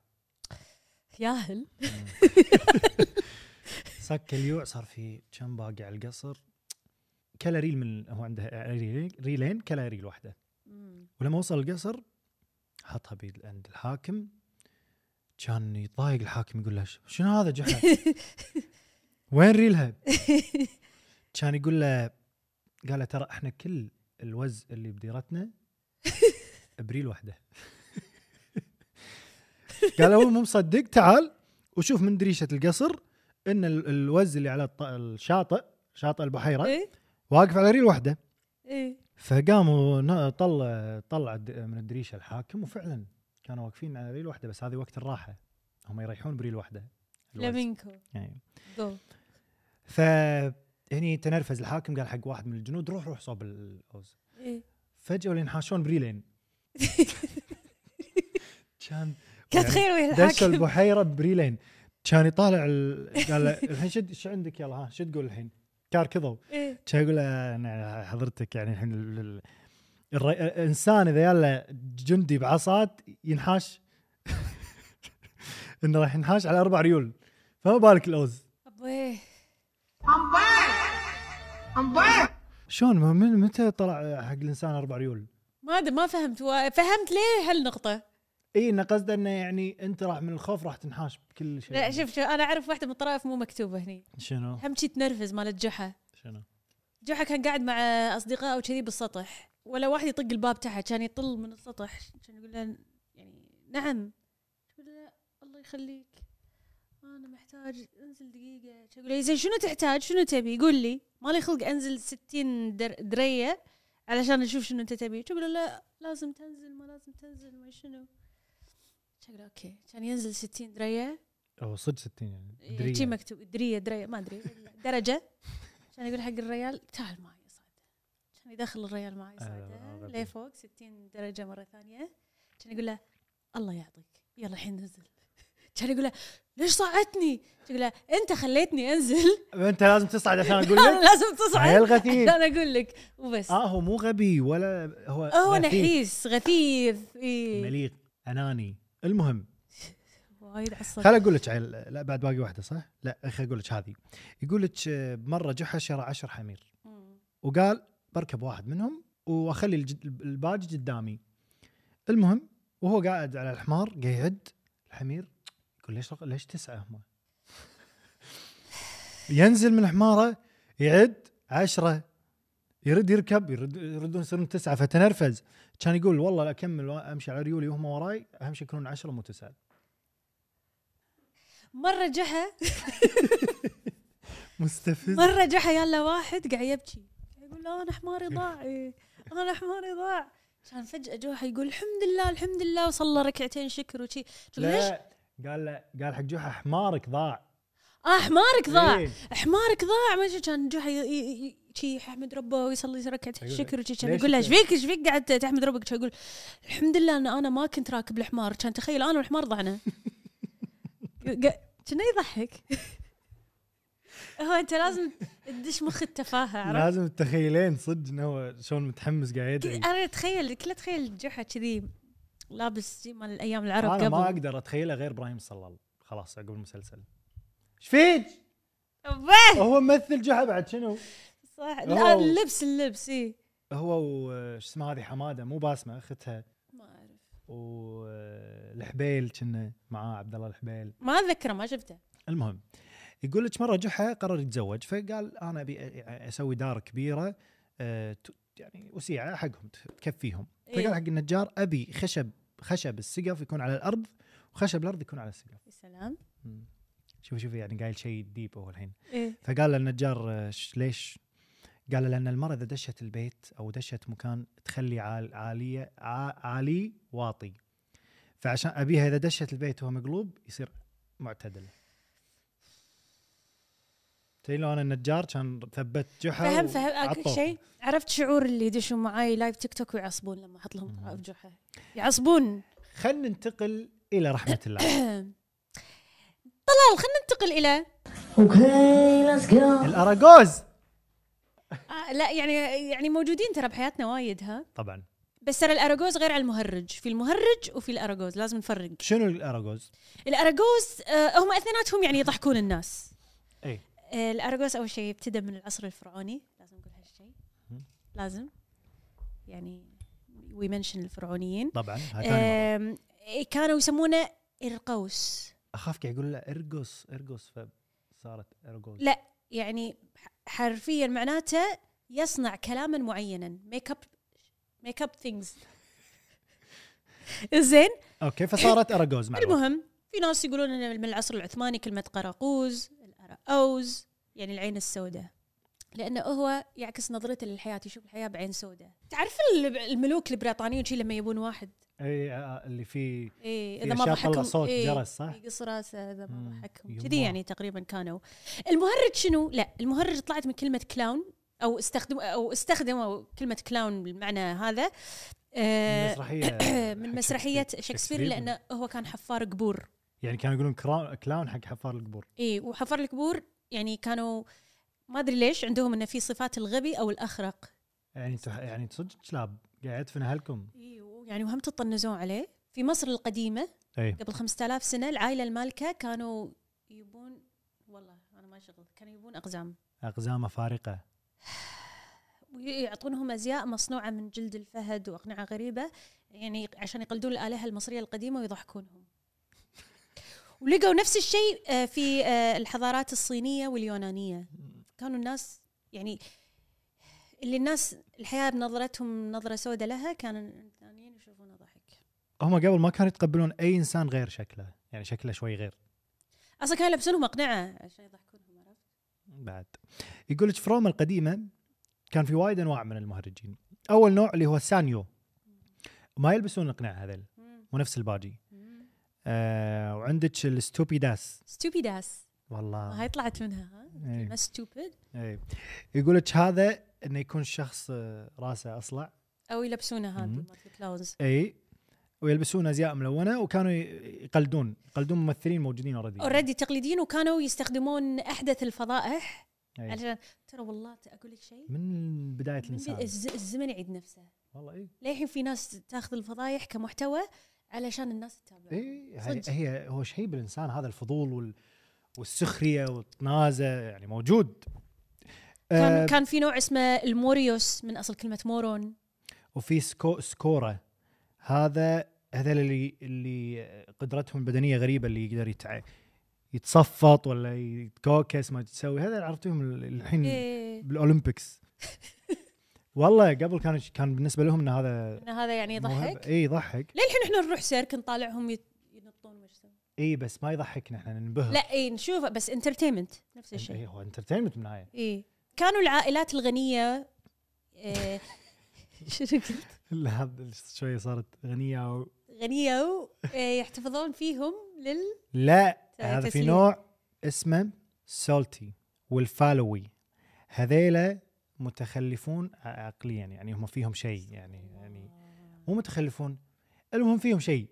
B: ياهل
A: صك اليوع صار في كم باقي على القصر كلا ريل من هو عنده ريلين- ريلين كلا ريل واحده ولما وصل القصر حطها بيد عند الحاكم كان يتضايق الحاكم يقول له شنو هذا جحا وين ريلها كان يقول له قال له ترى احنا كل الوز اللي بديرتنا بريل واحده قال هو مو مصدق تعال وشوف من دريشه القصر ان ال- الوز اللي على الط- الشاطئ شاطئ البحيره
B: ايه
A: واقف على ريل واحده
B: ايه
A: فقام ونا- طلع طلع الد- من الدريشه الحاكم وفعلا كانوا واقفين على ريل واحده بس هذه وقت الراحه هم يريحون بريل واحده الوز.
B: فلامينكو
A: يعني
B: جو
A: ف هني تنرفز الحاكم قال حق واحد من الجنود روح روح صوب الاوز
B: إيه.
A: فجاه ينحاشون بريلين كان
B: كانت خير ويا
A: دش
B: الحاكم
A: البحيره بريلين كان يطالع ال... قال له، الحين شد ايش عندك يلا ها شو تقول الحين؟ كار كذوا
B: إيه.
A: كان يقول له، انا حضرتك يعني الحين ال- ال- الر- الانسان اذا يلا جندي بعصات ينحاش انه راح ينحاش على اربع ريول فما بالك الاوز
B: أبويه.
C: I'm back.
A: شلون ما- من متى طلع حق الانسان اربع ريول؟
B: ما أدري، ما فهمت و- فهمت ليه هالنقطه
A: اي انه قصده انه يعني انت راح من الخوف راح تنحاش بكل شيء
B: لا شوف شوف انا اعرف واحده من الطرائف مو مكتوبه هني
A: شنو؟
B: هم شي تنرفز مالت جحا
A: شنو؟
B: جحا كان قاعد مع اصدقائه وكذي بالسطح ولا واحد يطق الباب تحت كان يطل من السطح كان يقول له يعني نعم يقول له الله يخليك انا محتاج انزل دقيقه كان يقول له زين شنو تحتاج شنو تبي قول لي ما لي خلق انزل 60 در دريه علشان اشوف شنو انت تبي كان يقول له لا لازم تنزل ما لازم تنزل ما شنو كان يقول له اوكي كان ينزل 60 دريه
A: او صدق 60 يعني درية.
B: إيه، شي مكتوب دريه دريه ما ادري درجه عشان يقول حق الريال تعال معي صعده عشان يدخل الريال معي
A: أهلا وسهلا.
B: صعده لفوق 60 درجه مره ثانيه عشان يقول له الله يعطيك يلا الحين نزل كان يقول له ليش صعدتني؟ يقول له انت خليتني انزل
A: انت لازم تصعد عشان اقول
B: انا
A: لك
B: لازم
A: هاي
B: تصعد
A: الغثيث
B: انا اقول لك وبس
A: اه هو مو غبي ولا هو
B: هو
A: غثيث،
B: نحيس غثيث إيه.
A: مليق اناني المهم
B: وايد عصب
A: خل اقول لك عيل لا بعد باقي واحده صح؟ لا خل اقول لك هذه يقول لك آه، مره جحا شرى عشر حمير وقال بركب واحد منهم واخلي الج- الباج قدامي المهم وهو قاعد على الحمار قاعد يعد الحمير يقول ليش رق- ليش تسعه هم؟ ينزل من حماره يعد عشرة يرد يركب يرد يردون يصيرون تسعه فتنرفز كان يقول والله لا اكمل امشي على ريولي وهم وراي اهم شيء يكونون عشرة مو تسعه
B: مره جحا
A: مستفز
B: مره جحا يلا واحد قاعد يبكي يقول له انا حماري ضاع إيه، انا حماري ضاع كان فجاه جوحه يقول الحمد لله الحمد لله وصلى ركعتين شكر وشي شوف ليش
A: لا قال له قال حق جحا حمارك ضاع
B: اه حمارك ضاع
A: إيه.
B: حمارك ضاع ما أدري كان جحا ي- ي- ي- شي يحمد ربه ويصلي ركعتين
A: يقول
B: شكر وشي كان
A: ليش
B: يقول له ايش
A: أنت-
B: فيك ايش فيك قاعد تحمد ربك كان يقول الحمد لله ان انا ما كنت راكب الحمار كان تخيل انا والحمار ضعنا كان يضحك هو انت لازم تدش مخ التفاهه عرفت
A: لازم تتخيلين صدق انه هو شلون متحمس قاعد يدعي
B: كل- انا اتخيل كل اتخيل جحا كذي لابس جي مال الايام العرب
A: انا
B: قبل
A: ما اقدر اتخيله غير ابراهيم صلال خلاص عقب المسلسل ايش فيك؟
B: إيه. أبا!
A: هو ممثل جحا بعد شنو؟
B: صح
A: أوه.
B: لا اللبس اللبس إيه. اي
A: هو وش اسمها هذه حماده مو باسمه اختها
B: ما اعرف
A: والحبيل كنا معاه عبد الله الحبيل
B: ما اتذكره ما شفته
A: المهم يقول لك مره جحا قرر يتزوج فقال انا ابي اسوي دار كبيره آه، ت- يعني وسيعه حقهم ت- تكفيهم
B: إيه.
A: فقال حق النجار ابي خشب خشب السقف يكون على الارض وخشب الارض يكون على السقف
B: يا سلام
A: مم. شوف شوف يعني قايل شيء ديب هو الحين
B: ايه
A: فقال له النجار آه، ش- ليش قال له لان المراه اذا دشت البيت او دشت مكان تخلي عال عاليه ع- عالي واطي فعشان ابيها اذا دشت البيت وهو مقلوب يصير معتدل تدري لو انا النجار كان ثبت جحا
B: فهم فهم أك-
A: وعطوه.
B: شيء عرفت شعور اللي يدشون معاي لايف تيك توك ويعصبون لما احط لهم
A: مم.
B: طرائف جحا يعصبون
A: خلينا ننتقل الى رحمه الله
B: طلال خلينا ننتقل الى
C: Okay, let's go.
A: الاراجوز
B: آه لا يعني يعني موجودين ترى بحياتنا وايد ها
A: طبعا
B: بس ترى الاراجوز غير على المهرج في المهرج وفي الاراجوز لازم نفرق
A: شنو الاراجوز؟
B: الاراجوز آه هم اثنيناتهم يعني يضحكون الناس
A: اي
B: آه، الأرجوس أول شيء ابتدى من العصر الفرعوني لازم نقول هالشيء
A: مهم.
B: لازم يعني ويمنشن الفرعونيين
A: طبعا هاي ثاني مرة.
B: آم، إيه، كانوا يسمونه إرقوس
A: اخاف قاعد يقول له ارقص ارقص فصارت ارجوز
B: لا. يعني ح- حرفيا معناته يصنع كلاما معينا ميك اب ميك اب ثينجز زين
A: اوكي فصارت اراجوز مع الوقت.
B: المهم في ناس يقولون ان من العصر العثماني كلمه قراقوز الأرأوز يعني العين السوداء لانه هو يعكس نظرته للحياه يشوف الحياه بعين سوداء تعرف ال- الملوك البريطانيين شي لما يبون واحد
A: اي آه، اللي فيه
B: إيه
A: في
B: اذا ما
A: أشياء طلع
B: ضحكهم
A: صوت
B: إيه
A: جرس، صح؟
B: يقص راسه اذا ما
A: مم،
B: ضحكهم
A: يما.
B: كذي يعني تقريبا كانوا المهرج شنو لا المهرج طلعت من كلمه كلاون او استخدم او استخدموا كلمه كلاون بالمعنى هذا آه،
A: مسرحيه
B: من
A: حق
B: مسرحيه شكسبير
A: شكسبير.
B: لانه هو كان حفار قبور
A: يعني كانوا يقولون كرا- كلاون حق حفار القبور
B: اي إيه، وحفر القبور يعني كانوا ما ادري ليش عندهم انه في صفات الغبي او الاخرق
A: يعني تح... يعني صدق كلاب قاعد يدفن اهلكم
B: اي يعني وهم تطنزون عليه في مصر القديمه
A: اي
B: قبل 5000 سنه العائله المالكه كانوا يبون والله انا ما شغل كانوا يبون اقزام
A: اقزامه فارقه
B: ويعطونهم ازياء مصنوعه من جلد الفهد واقنعه غريبه يعني عشان يقلدون الالهه المصريه القديمه ويضحكونهم ولقوا نفس الشيء آه، في آه، الحضارات الصينيه واليونانيه كانوا الناس يعني اللي الناس الحياه بنظرتهم نظره سوداء لها كانوا الثانيين يشوفونها ضحك
A: هم قبل ما كانوا يتقبلون اي انسان غير شكله يعني شكله شوي غير
B: اصلا كانوا يلبسونهم اقنعه عشان يضحكونهم عرفت
A: بعد يقول لك في روما القديمه كان في وايد انواع من المهرجين اول نوع اللي هو السانيو ما يلبسون الاقنعه هذول ونفس الباجي آه وعندك الستوبيداس
B: ستوبيداس
A: والله
B: هاي طلعت منها ها
A: إيه.
B: ما ستوبد
A: اي يقول لك هذا انه يكون الشخص آه، راسه اصلع
B: او يلبسونها هذه
A: مم.
B: مالت الكلاونز
A: اي ويلبسون ازياء ملونه وكانوا ي- يقلدون يقلدون ممثلين موجودين اوريدي
B: اوريدي تقليديين وكانوا يستخدمون احدث الفضائح
A: أي.
B: علشان ترى والله ت- اقول لك شيء
A: إيه. من بدايه
B: من ب-
A: الانسان
B: الز- الزمن يعيد نفسه
A: والله إيه. اي
B: للحين في ناس تاخذ الفضايح كمحتوى علشان الناس تتابع
A: اي إيه. هي,
B: صدق.
A: هي هو شيء بالانسان هذا الفضول وال والسخريه والتنازه يعني موجود
B: كان
A: آه
B: كان في نوع اسمه الموريوس من اصل كلمه مورون
A: وفي سكو سكوره هذا هذول اللي اللي قدرتهم البدنيه غريبه اللي يقدر يتع... يتصفط ولا يتكوكس ما تسوي هذا عرفتهم ال- الحين
B: إيه.
A: بالاولمبيكس والله قبل كان كان بالنسبه لهم ان هذا
B: إن هذا يعني يضحك
A: اي يضحك
B: للحين احنا نروح سيرك نطالعهم يت- ينطون وش يسوون.
A: اي بس ما يضحكنا احنا ننبهر
B: لا اي نشوفه بس انترتينمنت نفس الشيء
A: إي، هو انترتينمنت بالنهايه
B: ايه كانوا العائلات الغنية إيه، شنو قلت؟
A: لا هذا شوي صارت غنيه أو...
B: غنية و- إيه، يحتفظون فيهم لل
A: لا
B: ت-
A: هذا في
B: تسليم.
A: نوع اسمه سولتي والفالوي هذيلا متخلفون ع- عقليا يعني هم فيهم شيء يعني يعني مو متخلفون المهم فيهم شيء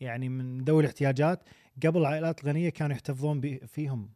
A: يعني من ذوي الاحتياجات قبل العائلات الغنيه كانوا يحتفظون بي- فيهم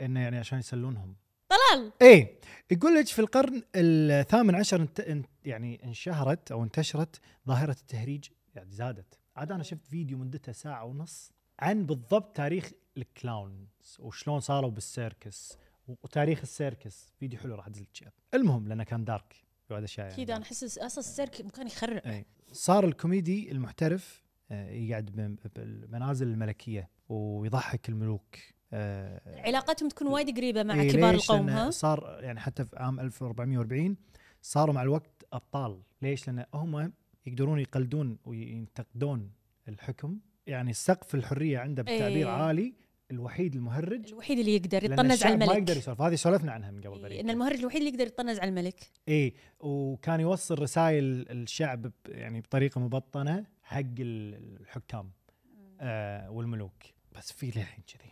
A: انه يعني عشان يسلونهم
B: طلال
A: ايه يقول لك في القرن الثامن عشر انت انت- يعني انشهرت او انتشرت ظاهره التهريج يعني زادت عاد انا شفت فيديو مدته ساعه ونص عن بالضبط تاريخ الكلاونز وشلون صاروا بالسيركس و- وتاريخ السيركس فيديو حلو راح ادزل لك إياه. المهم لانه كان دارك بعد يعني اشياء
B: اكيد انا احس اصلا السيرك مكان يخرع
A: اي صار الكوميدي المحترف آه، يقعد بم- بالمنازل الملكيه ويضحك الملوك آه،
B: علاقتهم تكون وايد قريبة مع
A: إيه،
B: كبار
A: ليش؟
B: القوم
A: لأن
B: ها
A: صار يعني حتى في عام 1440 صاروا مع الوقت ابطال، ليش؟ لان هم يقدرون يقلدون وينتقدون الحكم، يعني سقف الحريه عنده بالتعبير
B: إيه.
A: عالي، الوحيد المهرج
B: الوحيد اللي يقدر
A: لأن
B: يطنز على
A: الشعب ما يقدر
B: الملك
A: يسولف، هذه سولفنا عنها من قبل
B: إيه، ان
A: بريء.
B: المهرج الوحيد اللي يقدر يطنز على الملك
A: اي وكان يوصل رسائل الشعب ب- يعني بطريقه مبطنه حق ال- الحكام آه والملوك، بس في للحين كذي.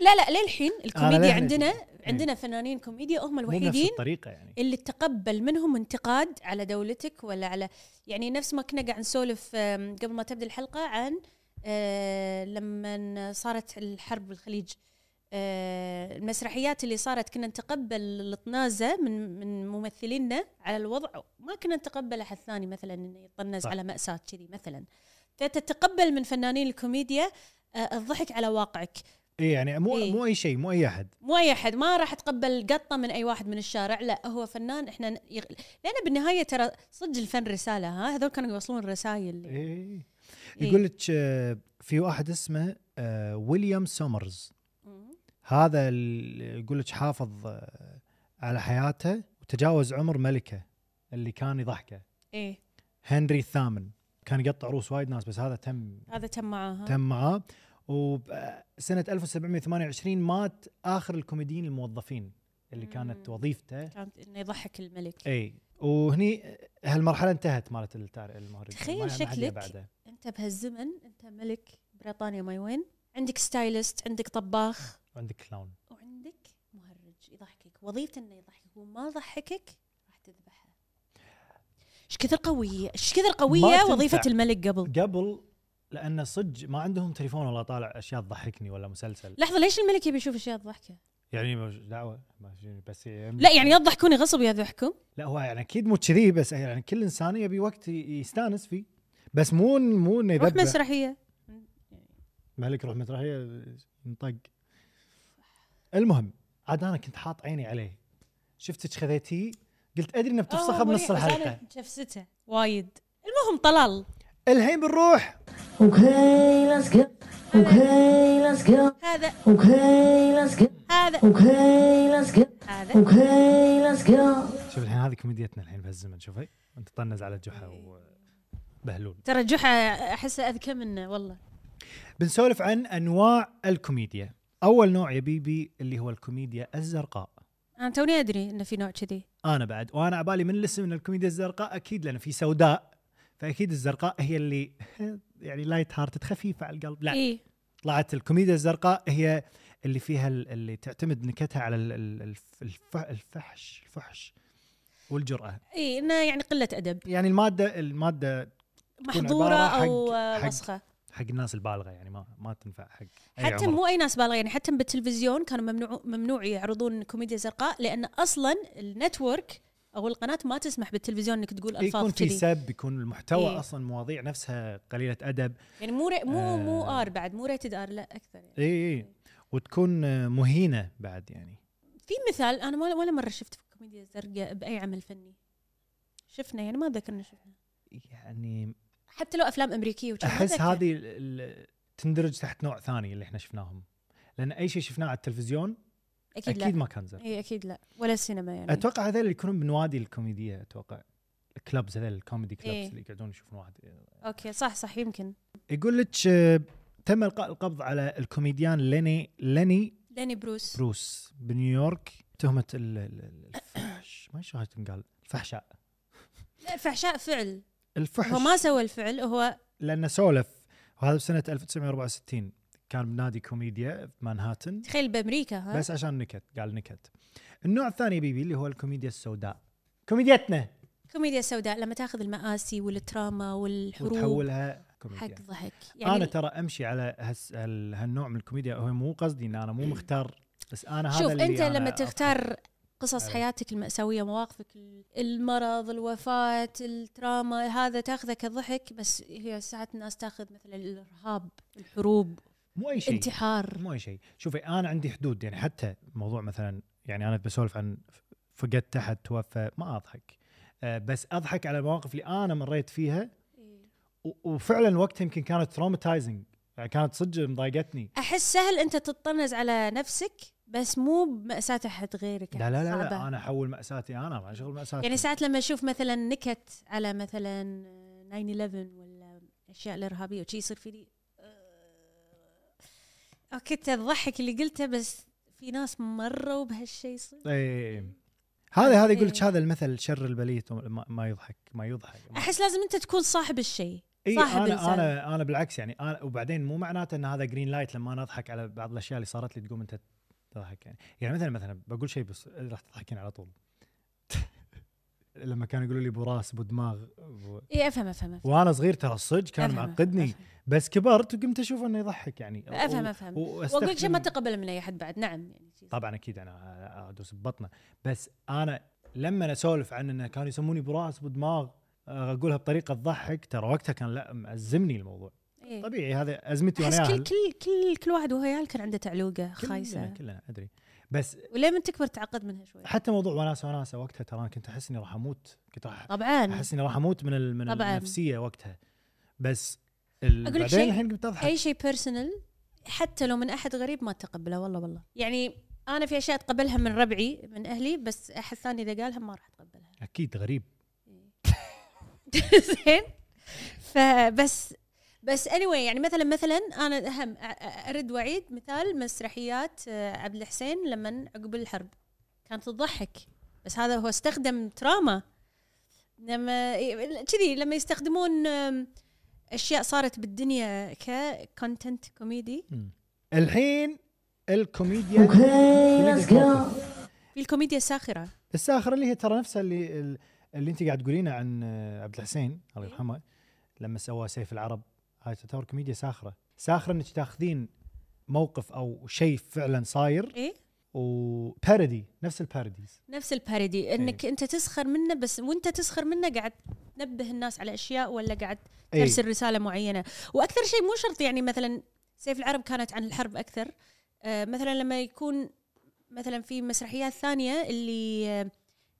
B: لا لا للحين الكوميديا
A: للحين إيه.
B: عندنا عندنا فنانين كوميديا هم
A: مو بنفس
B: الوحيدين
A: الطريقه يعني.
B: اللي تقبل منهم انتقاد على دولتك ولا على يعني نفس ما كنا قاعد نسولف آم، قبل ما تبدا الحلقه عن آه، لما صارت الحرب بالخليج آه، المسرحيات اللي صارت كنا نتقبل الطنازه من من ممثلينا على الوضع ما كنا نتقبل احد ثاني مثلا انه يطنز
A: صح.
B: على ماساه كذي مثلا فتتقبل من فنانين الكوميديا آه، الضحك على واقعك
A: اي يعني مو
B: إيه.
A: مو اي شيء مو اي احد.
B: مو اي احد ما راح اتقبل قطه من اي واحد من الشارع لا هو فنان احنا ن- يغ... لان بالنهايه ترى صدق الفن رساله ها هذول كانوا يوصلون رسائل
A: ايه
B: إيه.
A: يقول لك آه، في واحد اسمه آه، ويليام سومرز
B: مم.
A: هذا ال- يقول لك حافظ آه، على حياته وتجاوز عمر ملكه اللي كان يضحكه
B: ايه
A: هنري الثامن كان يقطع روس وايد ناس بس هذا تم
B: هذا تم معاها
A: تم معاه وسنة 1728 مات آخر الكوميديين الموظفين اللي كانت
B: مم.
A: وظيفته
B: كانت انه يضحك الملك
A: اي وهني هالمرحلة انتهت مالت التار- المهرجان
B: تخيل
A: ما- ما حد
B: شكلك.
A: جاء بعده.
B: انت بهالزمن انت ملك بريطانيا ما وين عندك ستايلست عندك طباخ
A: عندك كلاون
B: وعندك مهرج يضحكك وظيفته انه يضحكك وما ضحكك راح تذبحه ايش كثر قويه ايش كثر قويه
A: تنفع.
B: وظيفه الملك قبل
A: قبل لان صدق ما عندهم تليفون والله طالع اشياء تضحكني ولا مسلسل
B: لحظه ليش الملك يبي يشوف اشياء تضحكه
A: يعني مش دعوه ما في- بس
B: لا يعني لا تضحكوني غصب يا ذحكم
A: لا هو يعني اكيد مو كذي بس يعني كل انسان يبي وقت ي- يستانس فيه بس مو إن- مو انه
B: روح
A: يذبح
B: مسرحيه
A: مالك روح مسرحيه نطق المهم عاد انا كنت حاط عيني عليه شفتك خذيتيه قلت ادري انه
B: آه،
A: بتفسخها بنص
B: مريحة، بس
A: الحلقه
B: أنا شفستها وايد المهم طلال
A: الحين بنروح
C: Okay, let's go. Okay, let's go.
B: هذا
C: Okay, let's go.
B: هذا
C: Okay, let's go.
B: هذا
C: Okay, let's go.
A: شوف الحين هذه كوميديتنا الحين بهالزمن شوفي انت طنز على جحا وبهلول
B: ترى جحا احسها اذكى منه والله
A: بنسولف عن انواع الكوميديا اول نوع يا بيبي اللي هو الكوميديا الزرقاء
B: انا توني ادري انه في نوع كذي
A: انا بعد وانا عبالي من الاسم ان الكوميديا الزرقاء اكيد لان في سوداء فاكيد الزرقاء هي اللي يعني لايت هارتد خفيفه على القلب لا
B: اي
A: طلعت الكوميديا الزرقاء هي اللي فيها ال- اللي تعتمد نكتها على ال- ال- الف- الف- الفحش الفحش والجرأة
B: اي انه يعني قله ادب
A: يعني المادة المادة
B: محظوره
A: عبارة
B: او
A: حق-
B: آه،
A: حق
B: وسخه
A: حق الناس البالغة يعني ما ما تنفع حق أي
B: حتى
A: عمر.
B: مو اي ناس بالغه يعني حتى بالتلفزيون كانوا ممنوع ممنوع يعرضون كوميديا زرقاء لان اصلا النتورك او القناه ما تسمح بالتلفزيون انك تقول
A: يكون
B: الفاظ
A: في
B: كذي
A: سب يكون المحتوى
B: إيه.
A: اصلا مواضيع نفسها قليلة ادب
B: يعني مو ري... مو
A: آه. إيه،
B: مو ار بعد مو ريتد ار لا اكثر يعني.
A: اي اي وتكون آه، مهينة بعد يعني
B: في مثال انا ولا, ولا مره شفت في الكوميديا الزرقاء باي عمل فني شفنا يعني ما ذكرنا شفنا
A: يعني
B: حتى لو افلام امريكيه وكذا ما
A: احس
B: أتذكر.
A: هذه ال- ال- تندرج تحت نوع ثاني اللي احنا شفناهم لان اي شيء شفناه على التلفزيون
B: اكيد,
A: اكيد
B: لا
A: ما كان زين
B: اي اكيد لا ولا السينما يعني
A: اتوقع هذول اللي يكونون من وادي الكوميديا اتوقع الكلبز هذول الكوميدي كلبز
B: إيه.
A: اللي يقعدون يشوفون واحد
B: اوكي صح صح يمكن
A: يقول لك آه، تم القاء القبض على الكوميديان ليني ليني
B: لاني بروس
A: بروس بنيويورك تهمه ال- ال- ال- الفحش ما شو هاي تنقال الفحشاء
B: لا، فحشاء فعل هو ما
A: الفحش
B: سوى الفعل هو
A: لانه سولف وهذا بسنه 1964 كان بنادي كوميديا في مانهاتن
B: تخيل بامريكا ها
A: بس عشان نكت قال نكت النوع الثاني يا بيبي اللي هو الكوميديا السوداء كوميديتنا
B: كوميديا سوداء لما تاخذ المآسي والتراما والحروب
A: وتحولها
B: حق
A: كوميديا
B: ضحك
A: يعني انا
B: يعني
A: ترى امشي على هس هال- هالنوع من الكوميديا هو مو قصدي ان انا مو مختار بس انا هذا
B: إيه. شوف
A: اللي
B: انت
A: أنا إيه.
B: لما
A: أفهم.
B: تختار قصص
A: أي.
B: حياتك المأساوية مواقفك ال- المرض الوفاة التراما هذا تاخذه كضحك بس هي ساعات الناس تاخذ مثل الإرهاب الحروب
A: مو اي شيء
B: الانتحار
A: مو اي شيء شوفي انا عندي حدود يعني حتى موضوع مثلا يعني انا بسولف عن ف- فقدت احد توفى ما اضحك أه بس اضحك على المواقف اللي انا مريت فيها
B: إيه.
A: و- وفعلا وقتها يمكن كانت تروماتايزنج يعني كانت صدق مضايقتني
B: أحس سهل أنت تطنز على نفسك بس مو بمأساة أحد غيرك
A: لا لا لا,
B: يعني صعبة.
A: لا انا احول ماساتي انا ما شغل ماساتي
B: يعني ساعات لما اشوف مثلا نكت على مثلا 9 ولا الاشياء الارهابيه وشي يصير فيني آه، اوكي انت تضحك اللي قلته بس في ناس مروا بهالشيء صدق
A: إي إي إي. إيه، هذا هذا يقول لك
B: إي.
A: هذا المثل شر البليت وما- ما يضحك ما يضحك
B: احس لازم انت تكون صاحب الشيء
A: اي
B: صاحب
A: انا
B: الإنسان.
A: انا انا بالعكس يعني انا وبعدين مو معناته ان هذا جرين لايت لما انا اضحك على بعض الاشياء اللي صارت لي تقوم انت تضحك يعني يعني مثلا مثلا بقول شيء بس راح تضحكين على طول لما كانوا يقولوا لي ابو راس ابو دماغ أبو-
B: اي افهم افهم إيه، أفهم.
A: وانا صغير ترى الصج كان
B: أفهم،
A: معقدني
B: أفهم.
A: بس كبرت وقمت اشوف انه يضحك يعني
B: أفهم، أفهم. واقول لك شيء ما تقبل من اي احد بعد نعم يعني شيء.
A: طبعا اكيد انا ادوس ببطنه بس انا لما أنا اسولف عن انه كانوا يسموني براس بدماغ اقولها بطريقه تضحك ترى وقتها كان لا مأزمني الموضوع
B: إيه.
A: طبيعي هذا ازمتي وانا
B: احس كل
A: ياهل
B: كل كل كل واحد وهو يال كان عنده تعلوقه
A: كلنا
B: خايسه
A: كلنا ادري بس
B: ولما تكبر تعقد منها شوي
A: حتى موضوع وناسه وناسه وقتها ترى أنا كنت احس اني راح اموت كنت راح
B: طبعا
A: احس اني راح اموت من ال- من
B: طبعاً.
A: النفسيه وقتها بس ال-
B: أقول لك
A: بعدين
B: شيء،
A: الحين قمت اضحك
B: اي شيء بيرسونال حتى لو من احد غريب ما اتقبله والله والله يعني انا في اشياء اتقبلها من ربعي من اهلي بس احد ثاني اذا قالها ما راح اتقبلها
A: اكيد غريب
B: زين فبس بس anyway يعني مثلا مثلا انا اهم أ- أ- ارد واعيد مثال مسرحيات آه، عبد الحسين لما عقب الحرب كانت تضحك بس هذا هو استخدم تراما لما كذي لما يستخدمون آم، اشياء صارت بالدنيا ككونتنت كوميدي
A: مم. الحين الكوميديا
C: Okay,
A: كوميديا
C: let's go.
A: موقف.
B: في الكوميديا الساخره
A: الساخره اللي هي ترى نفسها اللي ال- اللي انت قاعد تقولينه عن آه، عبد الحسين
B: إيه.
A: الله يرحمه لما سوى سيف العرب هاي تعتبر كوميديا ساخره ساخره انك تاخذين موقف او شيء فعلا صاير
B: ايه
A: وبارودي نفس الباروديز
B: نفس البارودي انك
A: إيه.
B: انت تسخر منه بس وانت تسخر منه قاعد تنبه الناس على اشياء ولا قاعد
A: إيه.
B: ترسل رساله معينه واكثر شيء مو شرط يعني مثلا سيف العرب كانت عن الحرب اكثر آه مثلا لما يكون مثلا في مسرحيات ثانيه اللي آه،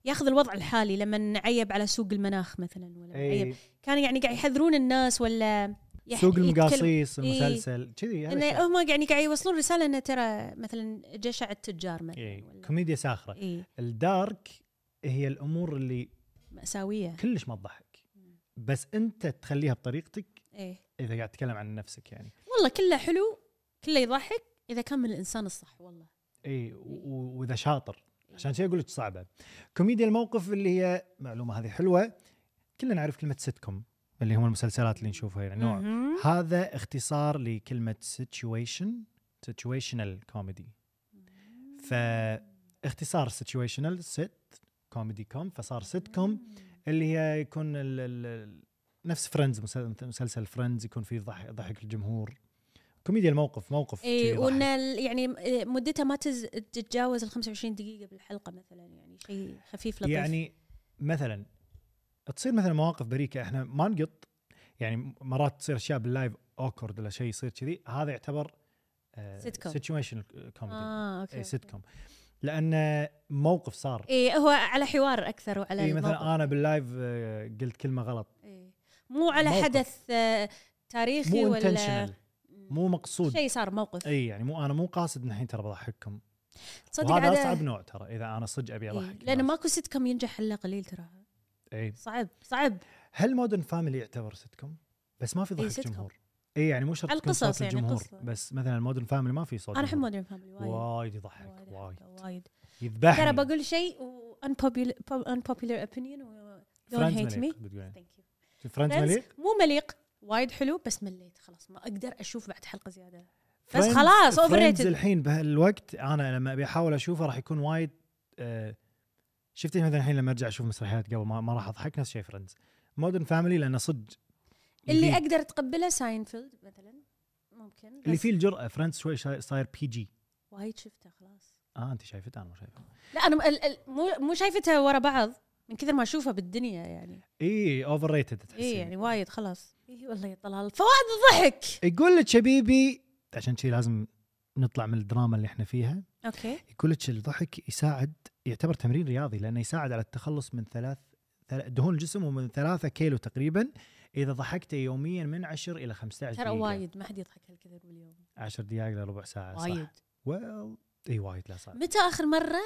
B: ياخذ الوضع الحالي لما نعيب على سوق المناخ مثلا ولا نعيب
A: اي
B: كان يعني قاعد يحذرون الناس ولا يح-
A: سوق
B: يتكلم-
A: المقاصيص
B: إيه.
A: المسلسل كذي هذا
B: انه
A: الشيء.
B: هم يعني قاعد يوصلون رساله انه ترى مثلا جشع التجار مثلا
A: إيه.
B: ولا- إيه.
A: كوميديا ساخره
B: اي
A: الدارك هي الامور اللي
B: ماساويه
A: كلش ما تضحك بس انت تخليها بطريقتك
B: اي
A: اذا قاعد تتكلم عن نفسك يعني
B: والله كله حلو كله يضحك اذا كان من الانسان الصح والله
A: اي و- و- واذا شاطر عشان كذا اقول لك صعبه كوميديا الموقف اللي هي معلومه هذه حلوه كلنا نعرف كلمه سيتكم اللي هم المسلسلات اللي نشوفها يعني نوع
B: مهم.
A: هذا اختصار لكلمه سيتويشن سيتويشنال كوميدي فاختصار سيتويشنال سيت كوميدي كوم فصار سيت كوم اللي هي يكون ال ال نفس فريندز مسلسل فريندز يكون فيه ضحك ضحك الجمهور كوميديا الموقف موقف
B: اي
A: شي
B: وان
A: يضحك.
B: إيه، ال- يعني مدتها ما تز- تتجاوز ال 25 دقيقه بالحلقه مثلا يعني شيء خفيف لطيف
A: يعني مثلا تصير مثلا مواقف بريئه احنا ما نقط يعني مرات تصير اشياء باللايف اوكورد ولا شيء يصير كذي هذا يعتبر آه،
B: Sitcom.
A: سيتويشن كوميدي
B: اه اوكي
A: اي سيت كوم لان إيه، موقف صار إيه،
B: اي هو إيه، على حوار اكثر وعلى
A: اي مثلا
B: الموقف.
A: انا باللايف آه، قلت كلمه غلط
B: إيه. مو على
A: موقف.
B: حدث آه، تاريخي
A: مو
B: ولا
A: انتشنال مو مقصود
B: شيء صار موقف
A: اي يعني مو انا مو قاصد ان الحين ترى بضحككم
B: تصدق
A: وهذا
B: عادة-
A: اصعب نوع ترى اذا انا صدق ابي
B: إيه،
A: اضحك
B: لان
A: الناس.
B: ماكو سيت كوم ينجح الا قليل ترى
A: اي
B: صعب صعب
A: إيه. هل مودرن فاميلي يعتبر سيتكم بس ما في
B: إي،
A: ضحك
B: إيه، sitcom.
A: جمهور اي يعني مو شرط
B: على
A: يكون صوت
B: القصص يعني،
A: الجمهور
B: قصة.
A: بس مثلا مودرن فاميلي ما في صوت
B: انا احب
A: جمهور.
B: مودرن فاميلي وايد
A: وايد يضحك وايد
B: أحبه، وايد
A: يذبحني
B: ترى بقول شيء unpopular opinion و don't
A: فريندز
B: hate me
A: مليق بتقولين.
B: thank you
A: فريندز
B: Friends
A: مليق
B: مو مليق وايد حلو بس مليت خلاص ما اقدر اشوف بعد حلقه زياده بس
A: Friends-
B: خلاص
A: Friends
B: overrated
A: الحين بهالوقت انا لما ابي احاول اشوفه راح يكون وايد آه، شفتي مثلا الحين لما ارجع اشوف مسرحيات قبل ما, ما راح اضحك نفس شيء فريندز مودرن فاميلي لانه صدق
B: اللي
A: يبيك.
B: اقدر اتقبله ساينفيلد مثلا ممكن
A: اللي
B: بس
A: فيه الجرأه فريندز شوي شا- صاير بي جي
B: وايد شفته خلاص
A: اه انت شايفته انا مو شايفه
B: لا انا م- ال- ال- مو مو شايفتها ورا بعض من كثر ما اشوفها بالدنيا يعني
A: اي اوفر ريتد
B: اي
A: إيه، تحسين
B: يعني وايد خلاص اي والله يا طلال فوائد الضحك
A: يقول لك شبيبي عشان كذي لازم نطلع من الدراما اللي احنا فيها
B: اوكي
A: يقول لك الضحك يساعد يعتبر تمرين رياضي لانه يساعد على التخلص من ثلاث ثل- دهون الجسم ومن ثلاثة كيلو تقريبا اذا ضحكت يوميا من 10 الى 15
B: ترى
A: دقيقه
B: وايد ما حد يضحك هالكثر باليوم
A: 10 دقائق الى ربع ساعه
B: وايد
A: آه، صح ويل اي وايد لا صعب
B: متى اخر مره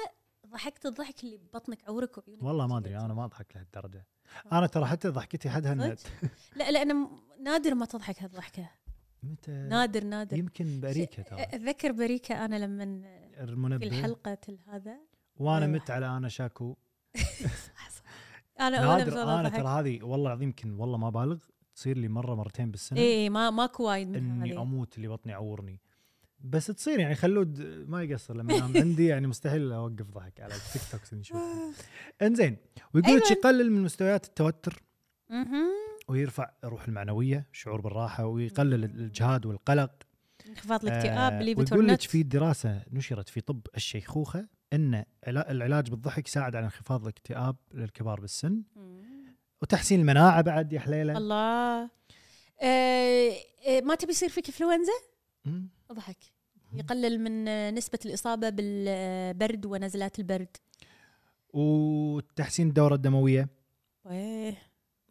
B: ضحكت الضحك اللي ببطنك عورك وعيونك
A: والله ما ادري انا ما اضحك لهالدرجه انا ترى حتى ضحكتي حدها إن-
B: صدق؟ لا لان م- نادر ما تضحك هالضحكه
A: متى
B: نادر نادر
A: يمكن باريكا ترى
B: اتذكر بريكا انا لما في
A: المنبه
B: الحلقه هذا
A: وانا
B: أيوة.
A: مت على انا شاكو
B: انا اول
A: نادر
B: مره
A: انا ترى
B: ضحكت
A: هذه والله العظيم يمكن والله ما بالغ تصير لي مره مرتين بالسنه إيه؟
B: اي ما ماكو وايد منها
A: اني
B: هذه.
A: اموت اللي بطني يعورني بس تصير يعني خلود ما يقصر لما ينام عندي يعني مستحيل اوقف ضحك على التيك توكس اللي نشوفها انزين ويقول لك
B: أيوة.
A: يقلل من مستويات التوتر
B: مهم.
A: ويرفع الروح المعنويه شعور بالراحه ويقلل الاجهاد والقلق
B: انخفاض الاكتئاب اللي
A: آه، ويقول لك
B: بتورنت
A: في دراسه نشرت في طب الشيخوخه ان علا- العلاج بالضحك يساعد على انخفاض الاكتئاب للكبار بالسن
B: مم.
A: وتحسين المناعه بعد يا حليله
B: الله آه، آه، ما تبي يصير فيك انفلونزا
A: مم.
B: اضحك يقلل من آه، نسبه الاصابه بالبرد ونزلات البرد
A: وتحسين الدوره الدمويه
B: ويه.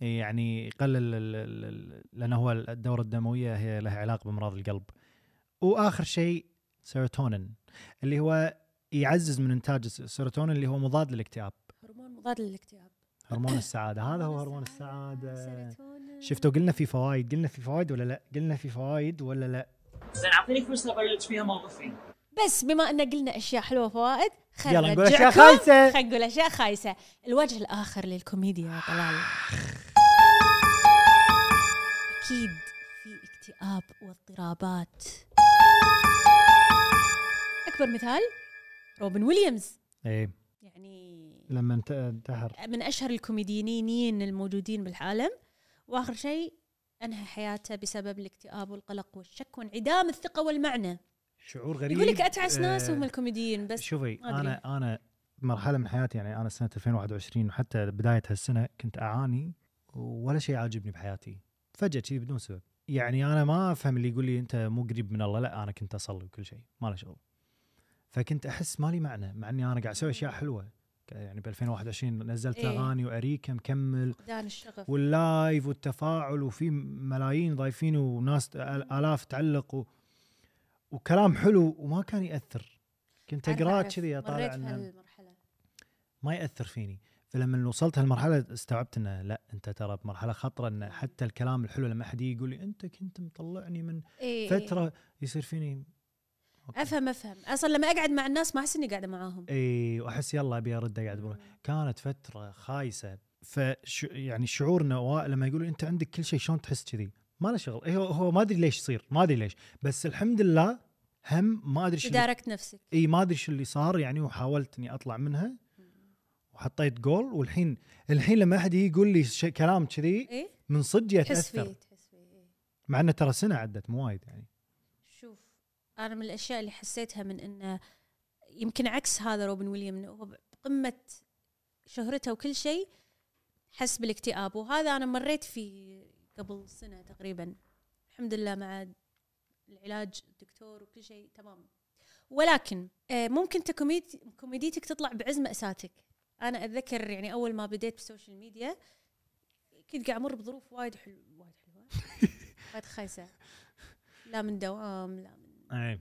A: يعني يقلل ال- ال- ال- لانه هو الدوره الدمويه هي لها علاقه بامراض القلب واخر شيء سيروتونين اللي هو يعزز من انتاج الس- السيروتونين اللي هو مضاد للاكتئاب
B: هرمون مضاد للاكتئاب
A: هرمون السعاده هذا هو هرمون السعاده
B: سيروتونين.
A: شفتوا قلنا في فوائد قلنا في فوائد ولا لا قلنا في فوائد ولا لا
D: زين اعطيني فرصه ابلش فيها موقفين
B: بس بما ان قلنا اشياء حلوه وفوائد خلينا
A: يلا نقول اشياء خايسه
B: خلينا نقول اشياء خايسه الوجه الاخر للكوميديا يا طلال اكيد في اكتئاب واضطرابات اكبر مثال روبن ويليامز
A: ايه
B: يعني
A: لما انت- انتحر
B: من اشهر الكوميديانين الموجودين بالعالم واخر شيء انهى حياته بسبب الاكتئاب والقلق والشك وانعدام الثقه والمعنى
A: شعور غريب
B: يقول لك اتعس ناس
A: آه،
B: هم الكوميديين بس
A: شوفي
B: ما أدري.
A: انا انا مرحله من حياتي يعني انا سنه 2021 وحتى بدايه هالسنه كنت اعاني ولا شيء عاجبني بحياتي فجاه كذي بدون سبب يعني انا ما افهم اللي يقول لي انت مو قريب من الله لا انا كنت اصلي وكل شيء ما له شغل فكنت احس مالي معنى مع اني انا قاعد اسوي اشياء حلوه ك- يعني ب 2021 نزلت
B: إيه.
A: اغاني واريكه مكمل
B: دان الشغف
A: واللايف والتفاعل وفي ملايين ضايفين وناس آل- الاف تعلق و... وكلام حلو وما كان ياثر كنت
B: أعرف-
A: اقراه
B: أعرف.
A: كذي
B: مريت
A: اطالع انه
B: بهالمرحله
A: ما ياثر فيني فلما وصلت هالمرحله استوعبت انه لا انت ترى بمرحله خطره انه حتى الكلام الحلو لما حد يجي يقول لي انت كنت مطلعني من
B: إيه
A: فتره يصير فيني
B: إيه. افهم افهم اصلا لما اقعد مع الناس ما احس اني قاعده معاهم
A: اي واحس يلا ابي ارد اقعد بروح كانت فتره خايسه فش يعني شعور انه وا- لما يقولوا انت عندك كل شيء شلون تحس كذي ما له شغل إيه هو- هو ما ادري ليش يصير ما ادري ليش بس الحمد لله هم ما ادري شو اللي-
B: تداركت نفسك
A: اي ما ادري شو اللي صار يعني وحاولت اني اطلع منها وحطيت جول والحين الحين لما احد يجي يقول لي شي كلام كذي
B: ايه
A: من صدق
B: تحس فيه
A: اتاثر
B: تحس فيه إيه.
A: مع انه ترى سنه عدت مو وايد يعني
B: شوف انا من الاشياء اللي حسيتها من انه يمكن عكس هذا روبن ويليام إنه هو بقمه شهرته وكل شيء حس بالاكتئاب وهذا انا مريت فيه قبل سنه تقريبا الحمد لله مع العلاج الدكتور وكل شيء تمام ولكن آه، ممكن تكوميدي كوميديتك تطلع بعز ماساتك انا اتذكر يعني اول ما بديت بالسوشيال ميديا كنت قاعد امر بظروف وايد حلو وايد حلوه وايد خايسه لا من دوام لا من
A: اي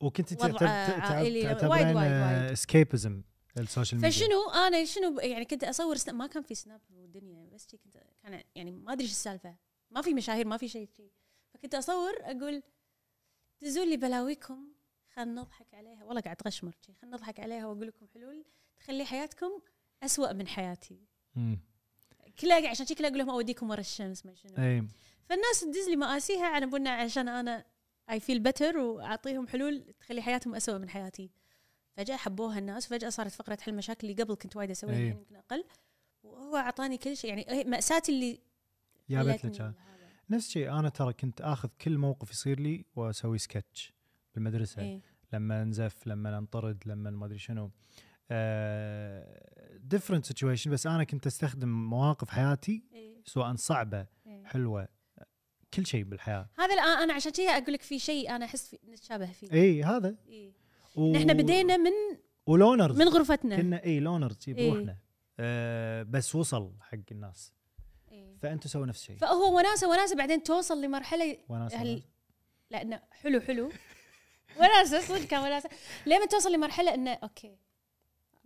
A: وكنت
B: وضع
A: تعتب- تعتب-
B: عائلي وايد-
A: تعتبرين
B: وايد- وايد.
A: اسكيبزم آه، السوشيال ميديا
B: فشنو انا شنو ب- يعني كنت اصور سناب ما كان في سناب والدنيا بس شي كنت كان يعني ما ادري شو السالفه ما في مشاهير ما في شيء شي. فكنت اصور اقول دزوا لي بلاويكم خلينا نضحك عليها والله قاعد اتغشمر شي خلينا نضحك عليها واقول لكم حلول تخلي حياتكم أسوأ من حياتي
A: مم.
B: كلها عشان شي كلها اقول لهم اوديكم ورا الشمس ما شنو
A: اي
B: فالناس تدز لي مآسيها على بنا عشان انا اي فيل بتر واعطيهم حلول تخلي حياتهم اسوء من حياتي فجاه حبوها الناس فجاه صارت فقره حل مشاكل اللي قبل كنت وايد اسويها
A: إيه.
B: الحين يمكن اقل وهو اعطاني كل شيء يعني إيه ماساتي اللي
A: جابت
B: خلتني
A: لك هذا.
B: لهذا.
A: نفس الشيء انا ترى كنت اخذ كل موقف يصير لي واسوي سكتش بالمدرسه إيه؟
B: إيه.
A: لما نزف لما ننطرد لما ما ادري شنو ديفرنت سيتويشن بس انا كنت استخدم مواقف حياتي
B: إيه.
A: سواء صعبه
B: إيه.
A: حلوه كل شيء بالحياه
B: هذا الان انا عشان كذا اقول لك في شيء انا احس في- نتشابه فيه
A: اي هذا
B: إيه.
A: و...
B: نحن بدينا من
A: ولونرز
B: من غرفتنا
A: كنا اي لونرز
B: إيه.
A: بروحنا آه بس وصل حق الناس
B: إيه.
A: فانتم سووا نفس الشيء
B: فهو وناسه وناسه بعدين توصل لمرحله
A: وناس
B: هل-
A: وناس.
B: لانه حلو حلو وناسه صدق كان وناسه لما توصل لمرحله انه اوكي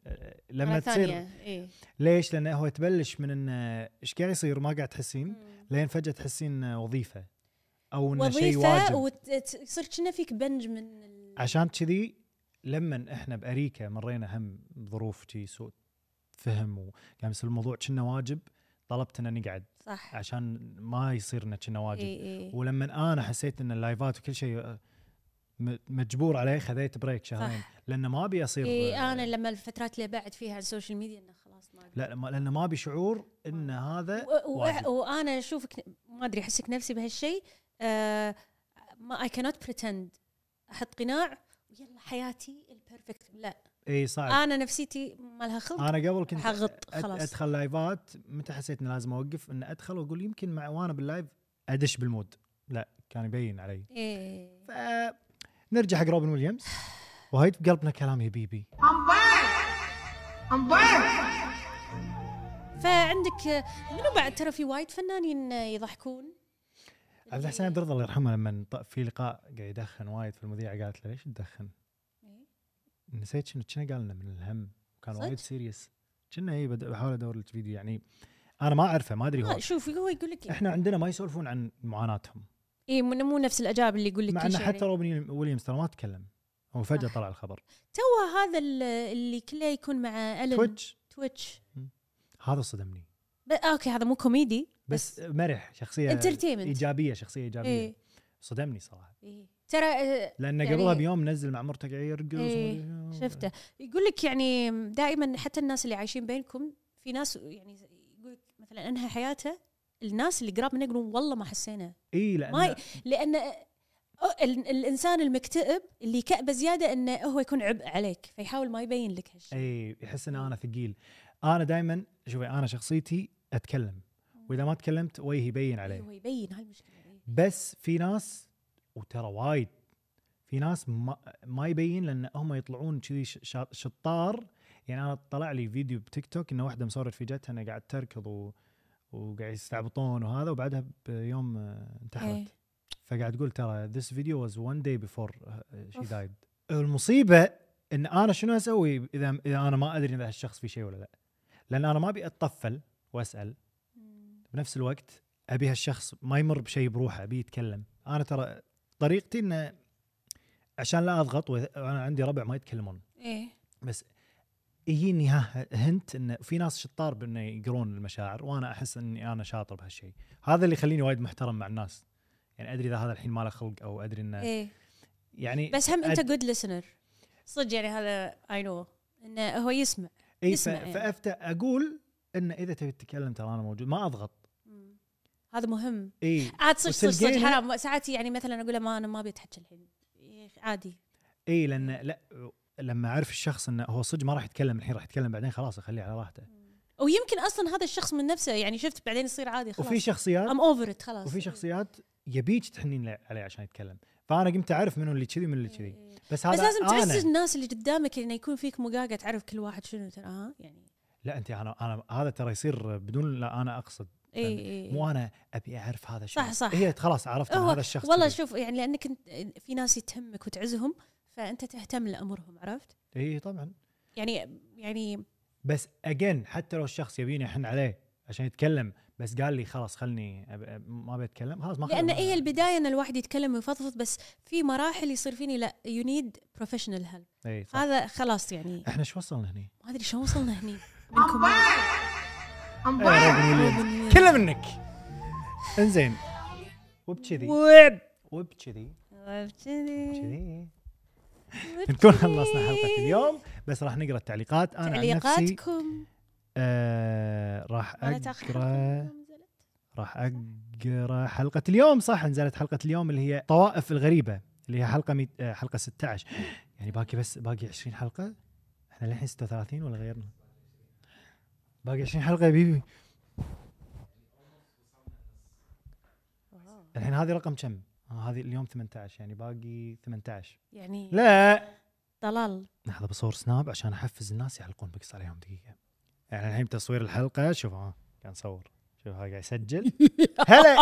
A: آه،
B: مرة
A: لما تصير
B: ثانية. إيه.
A: ليش؟ لانه هو تبلش من انه ايش قاعد يصير ما قاعد تحسين لين فجاه تحسين إنه وظيفه او انه شيء
B: وظيفه
A: واجب
B: وتصير كنا فيك بنج من ال...
A: عشان كذي لما احنا باريكا مرينا هم بظروف شي سوء فهم وقام يصير الموضوع كنا واجب طلبت ان نقعد
B: صح
A: عشان ما يصير انه كنا واجب
B: إيه إيه.
A: ولما انا حسيت ان اللايفات وكل شيء آه، م- مجبور عليه خذيت بريك شهرين
B: صح.
A: لانه ما ابي اصير
B: إيه انا لما الفترات اللي بعد فيها على السوشيال ميديا انه خلاص ما أقدر.
A: لا لما- لانه ما ابي شعور ان هذا
B: و- و-
A: واجب.
B: وانا اشوفك ما ادري احسك نفسي بهالشيء آه ما اي كانوت بريتند احط قناع ويلا حياتي البيرفكت لا
A: اي إيه، صعب
B: انا نفسيتي ما لها خلق
A: انا قبل كنت
B: حغط،
A: أد-
B: خلاص.
A: ادخل لايفات متى حسيت اني لازم اوقف ان ادخل واقول يمكن مع وانا باللايف ادش بالمود لا كان يبين علي
B: إيه.
A: نرجع حق روبن ويليامز وهيد بقلبنا كلام يا بيبي
B: فعندك آه، منو بعد ترى في وايد فنانين آه، يضحكون
A: عبد الحسين عبد الرضا الله يرحمه لما ط- في لقاء قاعد يدخن وايد فالمذيعه قالت له ليش تدخن؟ نسيت شنو كنا قال لنا من الهم وكان
B: إيه. صدق؟
A: وايد سيريس كنا اي بد- بحاول ادور لك فيديو يعني انا ما اعرفه ما ادري هو
B: آه، شوف هو يقول لك
A: احنا عندنا ما يسولفون عن معاناتهم
B: اي مو مو نفس الاجابه اللي يقول لك
A: مع
B: كل
A: انه
B: شيء
A: حتى
B: يعني.
A: روبن ويليامز ترى ما تكلم هو فجاه طلع الخبر
B: تو هذا ال- اللي كله يكون مع الن
A: تويتش
B: تويتش
A: هذا صدمني
B: ب... آه، اوكي هذا مو كوميدي
A: بس مرح شخصيه
B: Entertainment.
A: ايجابيه شخصيه ايجابيه
B: إيه.
A: إيه؟ صدمني صراحه
B: إيه. ترى آه،
A: لان
B: يعني-
A: يعني قبلها بيوم نزل مع مرته قاعد يرقص
B: إيه،
A: وما أدري شو.
B: شفته يقول لك يعني دائما حتى الناس اللي عايشين بينكم في ناس يعني يقول لك مثلا انهى حياته الناس اللي قراب منه يقولون والله ما حسينا
A: اي لان
B: ما ي... لان آه، آه، ال- الانسان المكتئب اللي كأبه زياده انه هو يكون عبء عليك فيحاول ما يبين لك هالشيء
A: اي يحس ان انا ثقيل انا دائما شوفي انا شخصيتي اتكلم واذا ما تكلمت وجهي يبين
B: إيه،
A: عليه
B: هو يبين هالمشكله إيه.
A: بس في ناس وترى وايد في ناس ما, ما يبين لان هم يطلعون كذي ش- شا- شطار يعني انا طلع لي فيديو بتيك توك انه واحده مصورت في جتها انها قاعد تركض و... وقاعد يستعبطون وهذا وبعدها بيوم آه،
B: إيه.
A: انتحرت فقاعد تقول ترى this video was one day before uh, she died المصيبه ان انا شنو اسوي اذا اذا انا ما ادري اذا هالشخص في شيء ولا لا لان انا ما ابي اتطفل واسال بنفس الوقت ابي هالشخص ما يمر بشيء بروحه ابي يتكلم انا ترى طريقتي انه عشان لا اضغط وانا عندي ربع ما يتكلمون
B: ايه
A: بس يجيني ها هنت ان في ناس شطار بانه يقرون المشاعر وانا احس اني انا شاطر بهالشيء هذا اللي يخليني وايد محترم مع الناس يعني ادري اذا هذا الحين ما له خلق او ادري انه
B: ايه
A: يعني
B: بس هم انت
A: آه. أد-
B: جود listener صدق يعني هذا اي نو انه هو يسمع
A: اي إيه، ف...
B: اسمع يعني.
A: فافتى اقول ان اذا تبي تتكلم ترى انا موجود ما إيه، اضغط
B: هذا مهم
A: اي
B: عاد صدق صدق صدق
A: وتلقيني-
B: حرام ساعات يعني مثلا اقول له ما انا ما ابي اتحكى الحين إيه، عادي
A: اي لان إيه، لا لما اعرف الشخص انه هو صدق ما راح يتكلم الحين راح يتكلم بعدين خلاص اخليه على راحته
B: ويمكن اصلا هذا الشخص من نفسه يعني شفت بعدين يصير عادي خلاص
A: وفي شخصيات
B: ام اوفر ات خلاص
A: وفي شخصيات يبيك تحنين له- عليه عشان يتكلم فانا قمت اعرف منو اللي كذي ومن اللي كذي بس هذا
B: إيه. بس لازم
A: أنا.
B: تعزز الناس اللي قدامك انه يكون فيك مقاقه تعرف كل واحد شنو ترى ها يعني
A: لا انت انا انا هذا ترى يصير بدون لا انا اقصد
B: اي
A: فهمت.
B: اي
A: مو انا ابي اعرف هذا شنو
B: إيه، صح- صح.
A: هي خلاص عرفت أنا
B: هو-
A: هذا الشخص
B: والله شوف يعني لانك انت في ناس يتهمك وتعزهم فانت تهتم لامرهم عرفت؟
A: اي طبعا
B: يعني يعني
A: إيه، بس اجين حتى لو الشخص يبيني احن عليه عشان يتكلم بس قال لي خلاص خلني أب- ما ابي اتكلم خلاص ما
B: لان
A: خلني.
B: هي البدايه ان إيه، الواحد يتكلم ويفضفض بس في مراحل يصير فيني لا يو نيد بروفيشنال هيلب
A: اي إيه، صح.
B: هذا خلاص يعني
A: احنا شو وصلنا هني؟
B: ما ادري شو وصلنا هني منكم
A: إيه، كله منك انزين وبكذي
B: وب
A: وبكذي
B: وب كذي
A: كذي
B: وب
A: نكون
B: كذي.
A: خلصنا حلقه اليوم بس راح نقرا التعليقات انا عن نفسي
B: تعليقاتكم
A: آه راح
B: ولا تاخر
A: اقرا راح اقرا حلقه اليوم صح نزلت حلقه اليوم اللي هي طوائف الغريبه اللي هي حلقه ميت... آه، حلقه 16 يعني باقي بس باقي 20 حلقه احنا للحين 36 ولا غيرنا باقي 20 حلقه يا بيبي الحين هذه رقم كم؟ آه هذه اليوم 18 يعني باقي 18
B: يعني
A: لا
B: ضلال
A: لحظه بصور سناب عشان احفز الناس يعلقون بقص عليهم دقيقه يعني الحين بتصوير الحلقه شوف ها قاعد نصور شوف ها قاعد يسجل هلا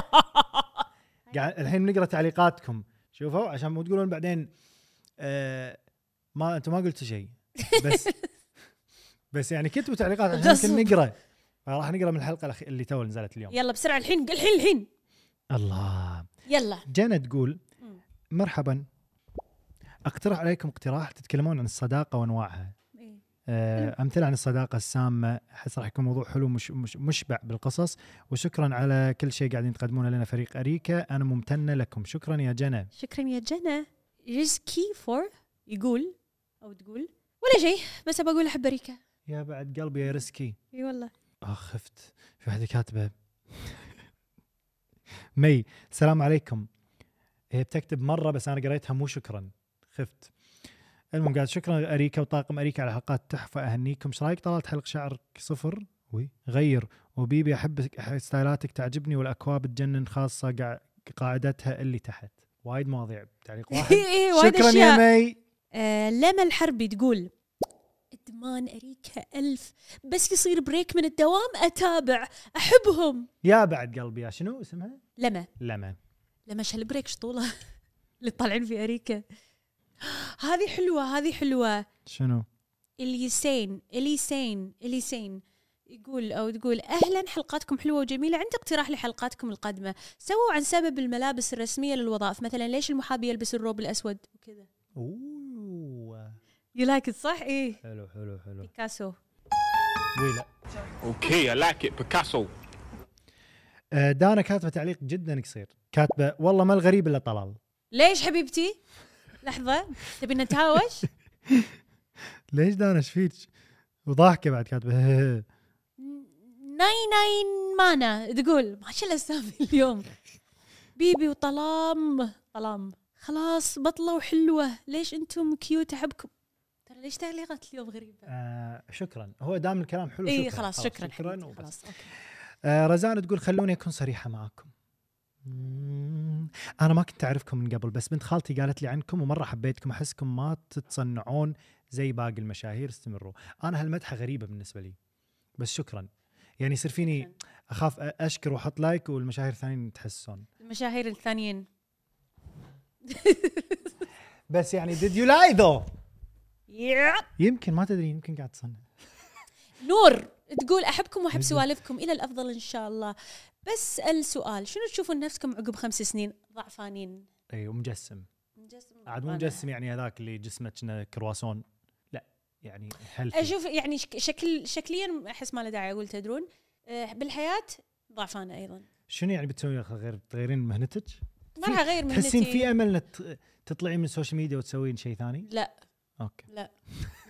A: قاعد الحين بنقرا تعليقاتكم شوفوا عشان مو تقولون بعدين آه ما انتم ما قلتوا شيء بس بس يعني كتبوا تعليقات عشان يمكن نقرا فراح نقرا من الحلقه الأخ- اللي تو نزلت اليوم
B: يلا بسرعه الحين قل الحين الحين
A: الله
B: يلا
A: جانا تقول
B: مم.
A: مرحبا اقترح عليكم اقتراح تتكلمون عن الصداقه وانواعها
B: إيه.
A: آه، امثله عن الصداقه السامه احس راح يكون موضوع حلو مش مش مشبع بالقصص وشكرا على كل شيء قاعدين تقدمونه لنا فريق اريكا انا ممتنه لكم شكرا يا جنى
B: شكرا يا جنى رزكي فور يقول او تقول ولا شيء بس ابى اقول احب اريكا
A: يا بعد قلبي يا رزكي
B: اي والله
A: اخ آه، خفت في واحده كاتبه مي السلام عليكم هي بتكتب مره بس انا قريتها مو شكرا خفت المهم قالت شكرا اريكا وطاقم اريكا على حلقات تحفه اهنيكم ايش رايك طلعت حلق شعرك صفر وي غير وبيبي احبك أحب ستايلاتك تعجبني والاكواب تجنن خاصه قاع- قاعدتها اللي تحت وايد مواضيع بتعليق واحد
B: اي اي وايد
A: شكرا
B: اشياء
A: يا مي
B: آه، لما الحربي تقول ادمان اريكا ألف بس يصير بريك من الدوام اتابع احبهم
A: يا بعد قلبي يا شنو اسمها
B: لما
A: لما
B: لما شال بريك شطوله اللي طالعين في اريكا هذه حلوه هذه حلوه
A: شنو
B: اليسين اليسين اليسين يقول او تقول اهلا حلقاتكم حلوه وجميله عندي اقتراح لحلقاتكم القادمه سووا عن سبب الملابس الرسميه للوظائف مثلا ليش المحامي يلبس الروب الاسود وكذا
A: اوه
B: يو لايك صح ايه
A: حلو حلو حلو
B: بيكاسو
A: وي لا
E: Okay, I like it, Picasso.
A: آه، دانا كاتبه تعليق جدا قصير كاتبه والله ما الغريب الا طلال
B: ليش حبيبتي لحظه تبي نتهاوش
A: ليش دانا ايش فيك وضاحكه بعد كاتبه
B: ناي ناي مانا تقول ما شاء الله اسامي اليوم بيبي وطلام طلام خلاص بطلة وحلوة ليش انتم كيوت احبكم ترى ليش تعليقات اليوم غريبة
A: آه شكرا هو دام الكلام حلو
B: اي
A: شكراً.
B: إيه، خلاص شكرا
A: شكرا
B: حبيبتي
A: وبس.
B: خلاص أوكي.
A: آه رزان تقول خلوني اكون صريحه معاكم مم، انا ما كنت اعرفكم من قبل بس بنت خالتي قالت لي عنكم ومره حبيتكم احسكم ما تتصنعون زي باقي المشاهير استمروا انا هالمدحه غريبه بالنسبه لي بس شكرا يعني يصير فيني اخاف اشكر واحط لايك والمشاهير الثانيين يتحسون
B: المشاهير الثانيين
A: بس يعني did you lie though
B: يعق.
A: يمكن ما تدري يمكن قاعد تصنع
B: نور تقول احبكم واحب سوالفكم الى الافضل ان شاء الله بس السؤال شنو تشوفون نفسكم عقب خمس سنين ضعفانين
A: اي ومجسم
B: مجسم
A: عاد مو
B: ضعفانة.
A: مجسم يعني هذاك اللي جسمه كنا كرواسون لا يعني هل
B: اشوف يعني شك- شكل شكليا احس ما له داعي اقول تدرون أه، بالحياه ضعفانه ايضا
A: شنو يعني بتسوي غير تغيرين مهنتك؟
B: ما راح اغير من
A: تحسين في امل إنك ت- تطلعين من السوشيال ميديا وتسوين شيء ثاني؟
B: لا
A: اوكي
B: لا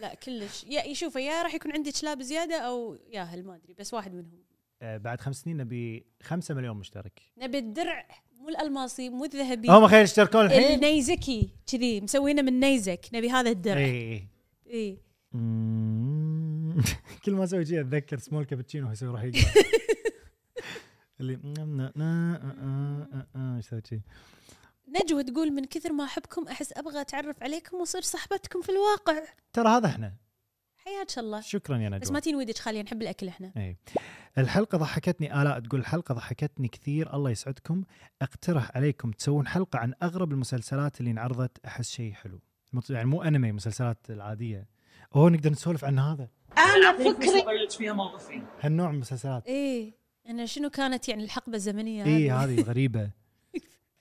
B: لا كلش يا يشوفه يا راح يكون عندك لا بزياده او ياهل ما ادري بس واحد منهم
A: آه بعد خمس سنين نبي خمسة مليون مشترك
B: نبي الدرع مو الالماسي مو الذهبي
A: هم خير يشتركون الحين؟
B: النيزكي كذي مسوينه من نيزك نبي هذا الدرع اي
A: اي اي
B: إيه.
A: مم. كل ما اسوي شيء اتذكر سمول كابتشينو يسوي روح يقرا اللي مم، نا- نا- آه، آه، آه، آه، ايش سويت شي؟
B: نجوى تقول من كثر ما احبكم احس ابغى اتعرف عليكم واصير صاحبتكم في الواقع
A: ترى هذا احنا
B: حياك الله
A: شكرا يا
B: بس ما
A: نجوى
B: تين ودك خاليه نحب الاكل احنا
A: اي الحلقه ضحكتني الاء تقول الحلقه ضحكتني كثير الله يسعدكم اقترح عليكم تسوون حلقه عن اغرب المسلسلات اللي انعرضت احس شيء حلو مت- يعني مو انمي مسلسلات العاديه اوه نقدر نسولف عن هذا
D: انا فكري بغير فيها موقفين
A: هالنوع من المسلسلات
B: ايه انا شنو كانت يعني الحقبه الزمنيه
A: اي
B: هذه؟
A: هذه غريبه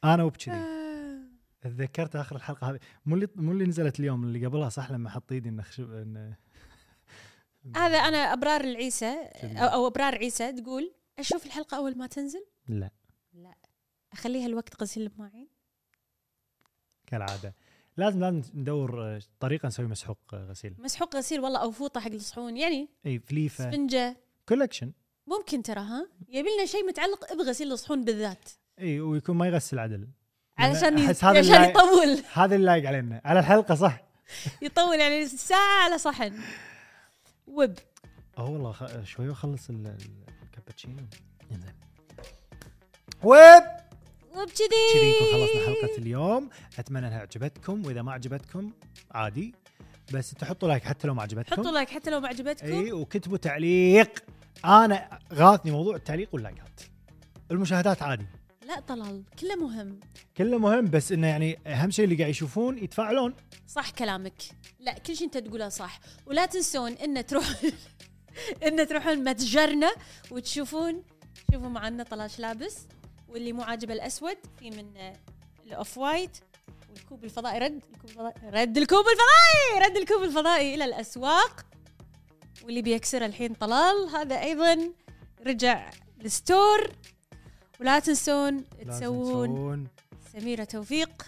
A: انا وبكذي
B: آه.
A: تذكرت اخر الحلقه هذه مو اللي مو اللي نزلت اليوم اللي قبلها صح لما حط ايدي انه خشب انه
B: هذا انا ابرار العيسى
A: شنو؟
B: او أو ابرار عيسى تقول اشوف الحلقه اول ما تنزل
A: لا
B: اخليها الوقت غسيل المواعين
A: كالعاده لازم لازم ندور آه، طريقه نسوي مسحوق آه، غسيل إيه،
B: مسحوق غسيل والله او فوطه حق الصحون يعني
A: اي فليفه
B: اسفنجه
A: كولكشن
B: ممكن ترى ها يبي لنا شيء متعلق بغسيل الصحون بالذات
A: اي ويكون ما يغسل عدل
B: علشان
A: لأن
B: ي-
A: أحس هذا
B: عشان
A: اللي-
B: يطول
A: هذا اللي لايق علينا على الحلقه صح
B: يطول يعني ساعه على صحن وب
A: اه والله خ... شوي واخلص ال- ال- الكابتشينو انزين ويب
B: وب
A: كذي نكون خلصنا
B: كذي
A: حلقه اليوم اتمنى انها عجبتكم واذا ما عجبتكم عادي بس تحطوا لايك حتى لو ما عجبتكم
B: حطوا لايك حتى لو ما عجبتكم
A: اي وكتبوا تعليق انا غاثني موضوع التعليق واللايكات المشاهدات عادي
B: لا طلال كله مهم
A: كله مهم بس انه يعني اهم شيء اللي قاعد يشوفون يتفاعلون
B: صح كلامك لا كل شيء انت تقوله صح ولا تنسون ان تروحون ان تروحون متجرنا وتشوفون شوفوا معنا طلاش لابس واللي مو عاجبه الاسود في من آه، الاوف وايت والكوب الفضائي رد الكوب الفضائي رد الكوب الفضائي رد الكوب الفضائي الى الاسواق واللي بيكسره الحين طلال هذا ايضا رجع الستور ولا تنسون
A: لازم
B: تسوون
A: تسوون
B: سميرة توفيق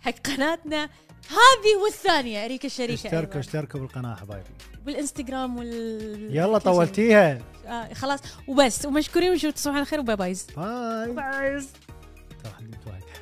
B: حق قناتنا هذه والثانية أريكا الشريكة
A: اشتركوا
B: أيضاً.
A: اشتركوا بالقناه حبايبي
B: بالانستغرام وال
A: يلا طولتيها
B: آه خلاص وبس ومشكورين ونشوفكم على خير وباي بايز
A: باي
B: بايز
A: ترى حق متوهق.